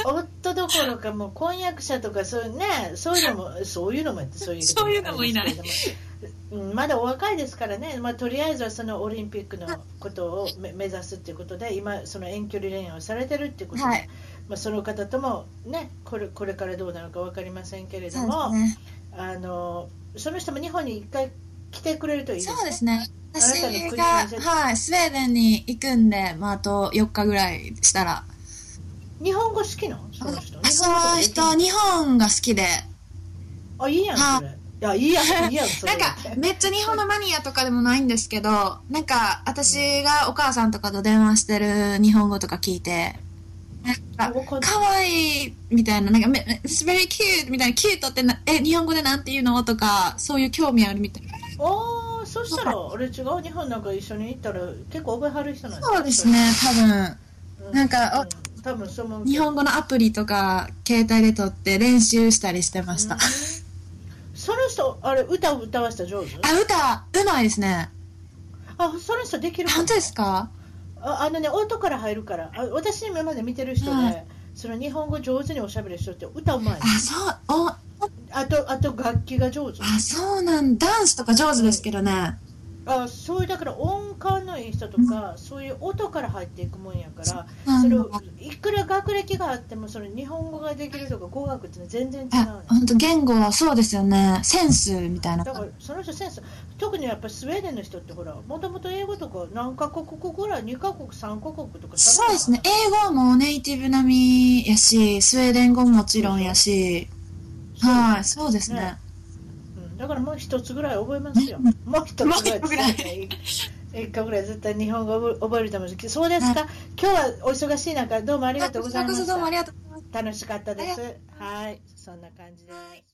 Speaker 1: 夫どころかもう婚約者とかそういうねそういうの もそういうのもそういう
Speaker 2: そういうのもいな
Speaker 1: あ
Speaker 2: い
Speaker 1: れですけれどもうんまだお若いですからね、まあ、とりあえずはそのオリンピックのことをめ目指すということで今その遠距離恋愛をされてるっていうことで、
Speaker 2: はい
Speaker 1: まあ、その方ともねこれこれからどうなるか分かりませんけれど
Speaker 2: そう
Speaker 1: も
Speaker 2: ですね。
Speaker 1: あのその人も日本に一回来てくれるといいですね
Speaker 2: そうですね。私
Speaker 1: あなたの国
Speaker 2: が、
Speaker 1: に絶
Speaker 2: はい、スウェーデンに行くんで、まあ、あと4日ぐらいしたら。
Speaker 1: 日本語好きなのその人
Speaker 2: あそ
Speaker 1: 日本語
Speaker 2: の
Speaker 1: できる
Speaker 2: 人、日本が好きで。
Speaker 1: あ、いいやん、それ。いや、いいやん、いいやん、それ。
Speaker 2: なんか、めっちゃ日本のマニアとかでもないんですけど、なんか、私がお母さんとかと電話してる日本語とか聞いて、 なん
Speaker 1: わか
Speaker 2: か、
Speaker 1: る
Speaker 2: かわいいみたいな、なんか、めめ it's very cute みたいな、キュートってな、え、日本語でなんて言うのとか、そういう興味あるみたいな。
Speaker 1: おー、そしたら、俺違う、日本なんか一緒に行ったら、結構覚えはる人なんだ
Speaker 2: そうです。ね、多分。
Speaker 1: う
Speaker 2: なんか、
Speaker 1: うん多分そう思うけど
Speaker 2: 日本語のアプリとか、携帯で撮って練習したりしてました。
Speaker 1: うんその人、あれ、歌を歌わせた上手
Speaker 2: あ、歌、うまいです ね。
Speaker 1: あ、その人できるかも
Speaker 2: 本当ですか
Speaker 1: ああのね、音から入るから。あ私今まで見てる人で、
Speaker 2: はい
Speaker 1: その日本語上手におしゃべりしとって、歌うまい。
Speaker 2: あ、そう、お、
Speaker 1: あと、あと楽器が上手。
Speaker 2: あ、そうなん、ダンスとか上手ですけどね。
Speaker 1: あそういう、だから音感のいい人とか、そういう音から入っていくもんやから、
Speaker 2: あ
Speaker 1: それ
Speaker 2: の
Speaker 1: をいくら学歴があってもその日本語ができるとか語学っていうのは全然違う
Speaker 2: あ
Speaker 1: ね、
Speaker 2: 本当言語はそうですよね。センスみたいな
Speaker 1: だ。からその人センス特にやっぱスウェーデンの人ってほらもともと英語とか何カ国語ぐらい2カ国3カ国とか
Speaker 2: そうですね。
Speaker 1: え
Speaker 2: 英語もネイティブ並みやし、スウェーデン語ももちろんやし。はい、そうですね
Speaker 1: ね。だからもう一つぐらい覚えますよ、もう一つぐらい
Speaker 2: もう一つぐらい
Speaker 1: そうね1回ぐらい絶対日本語を覚えると思うんですけど、そうですか、今日はお忙しい中、どうもありがとうございま
Speaker 2: こちらこそどうもあ
Speaker 1: し
Speaker 2: りがとうございます。
Speaker 1: た。楽しかったで
Speaker 2: あ
Speaker 1: す。はい、そんな感じです。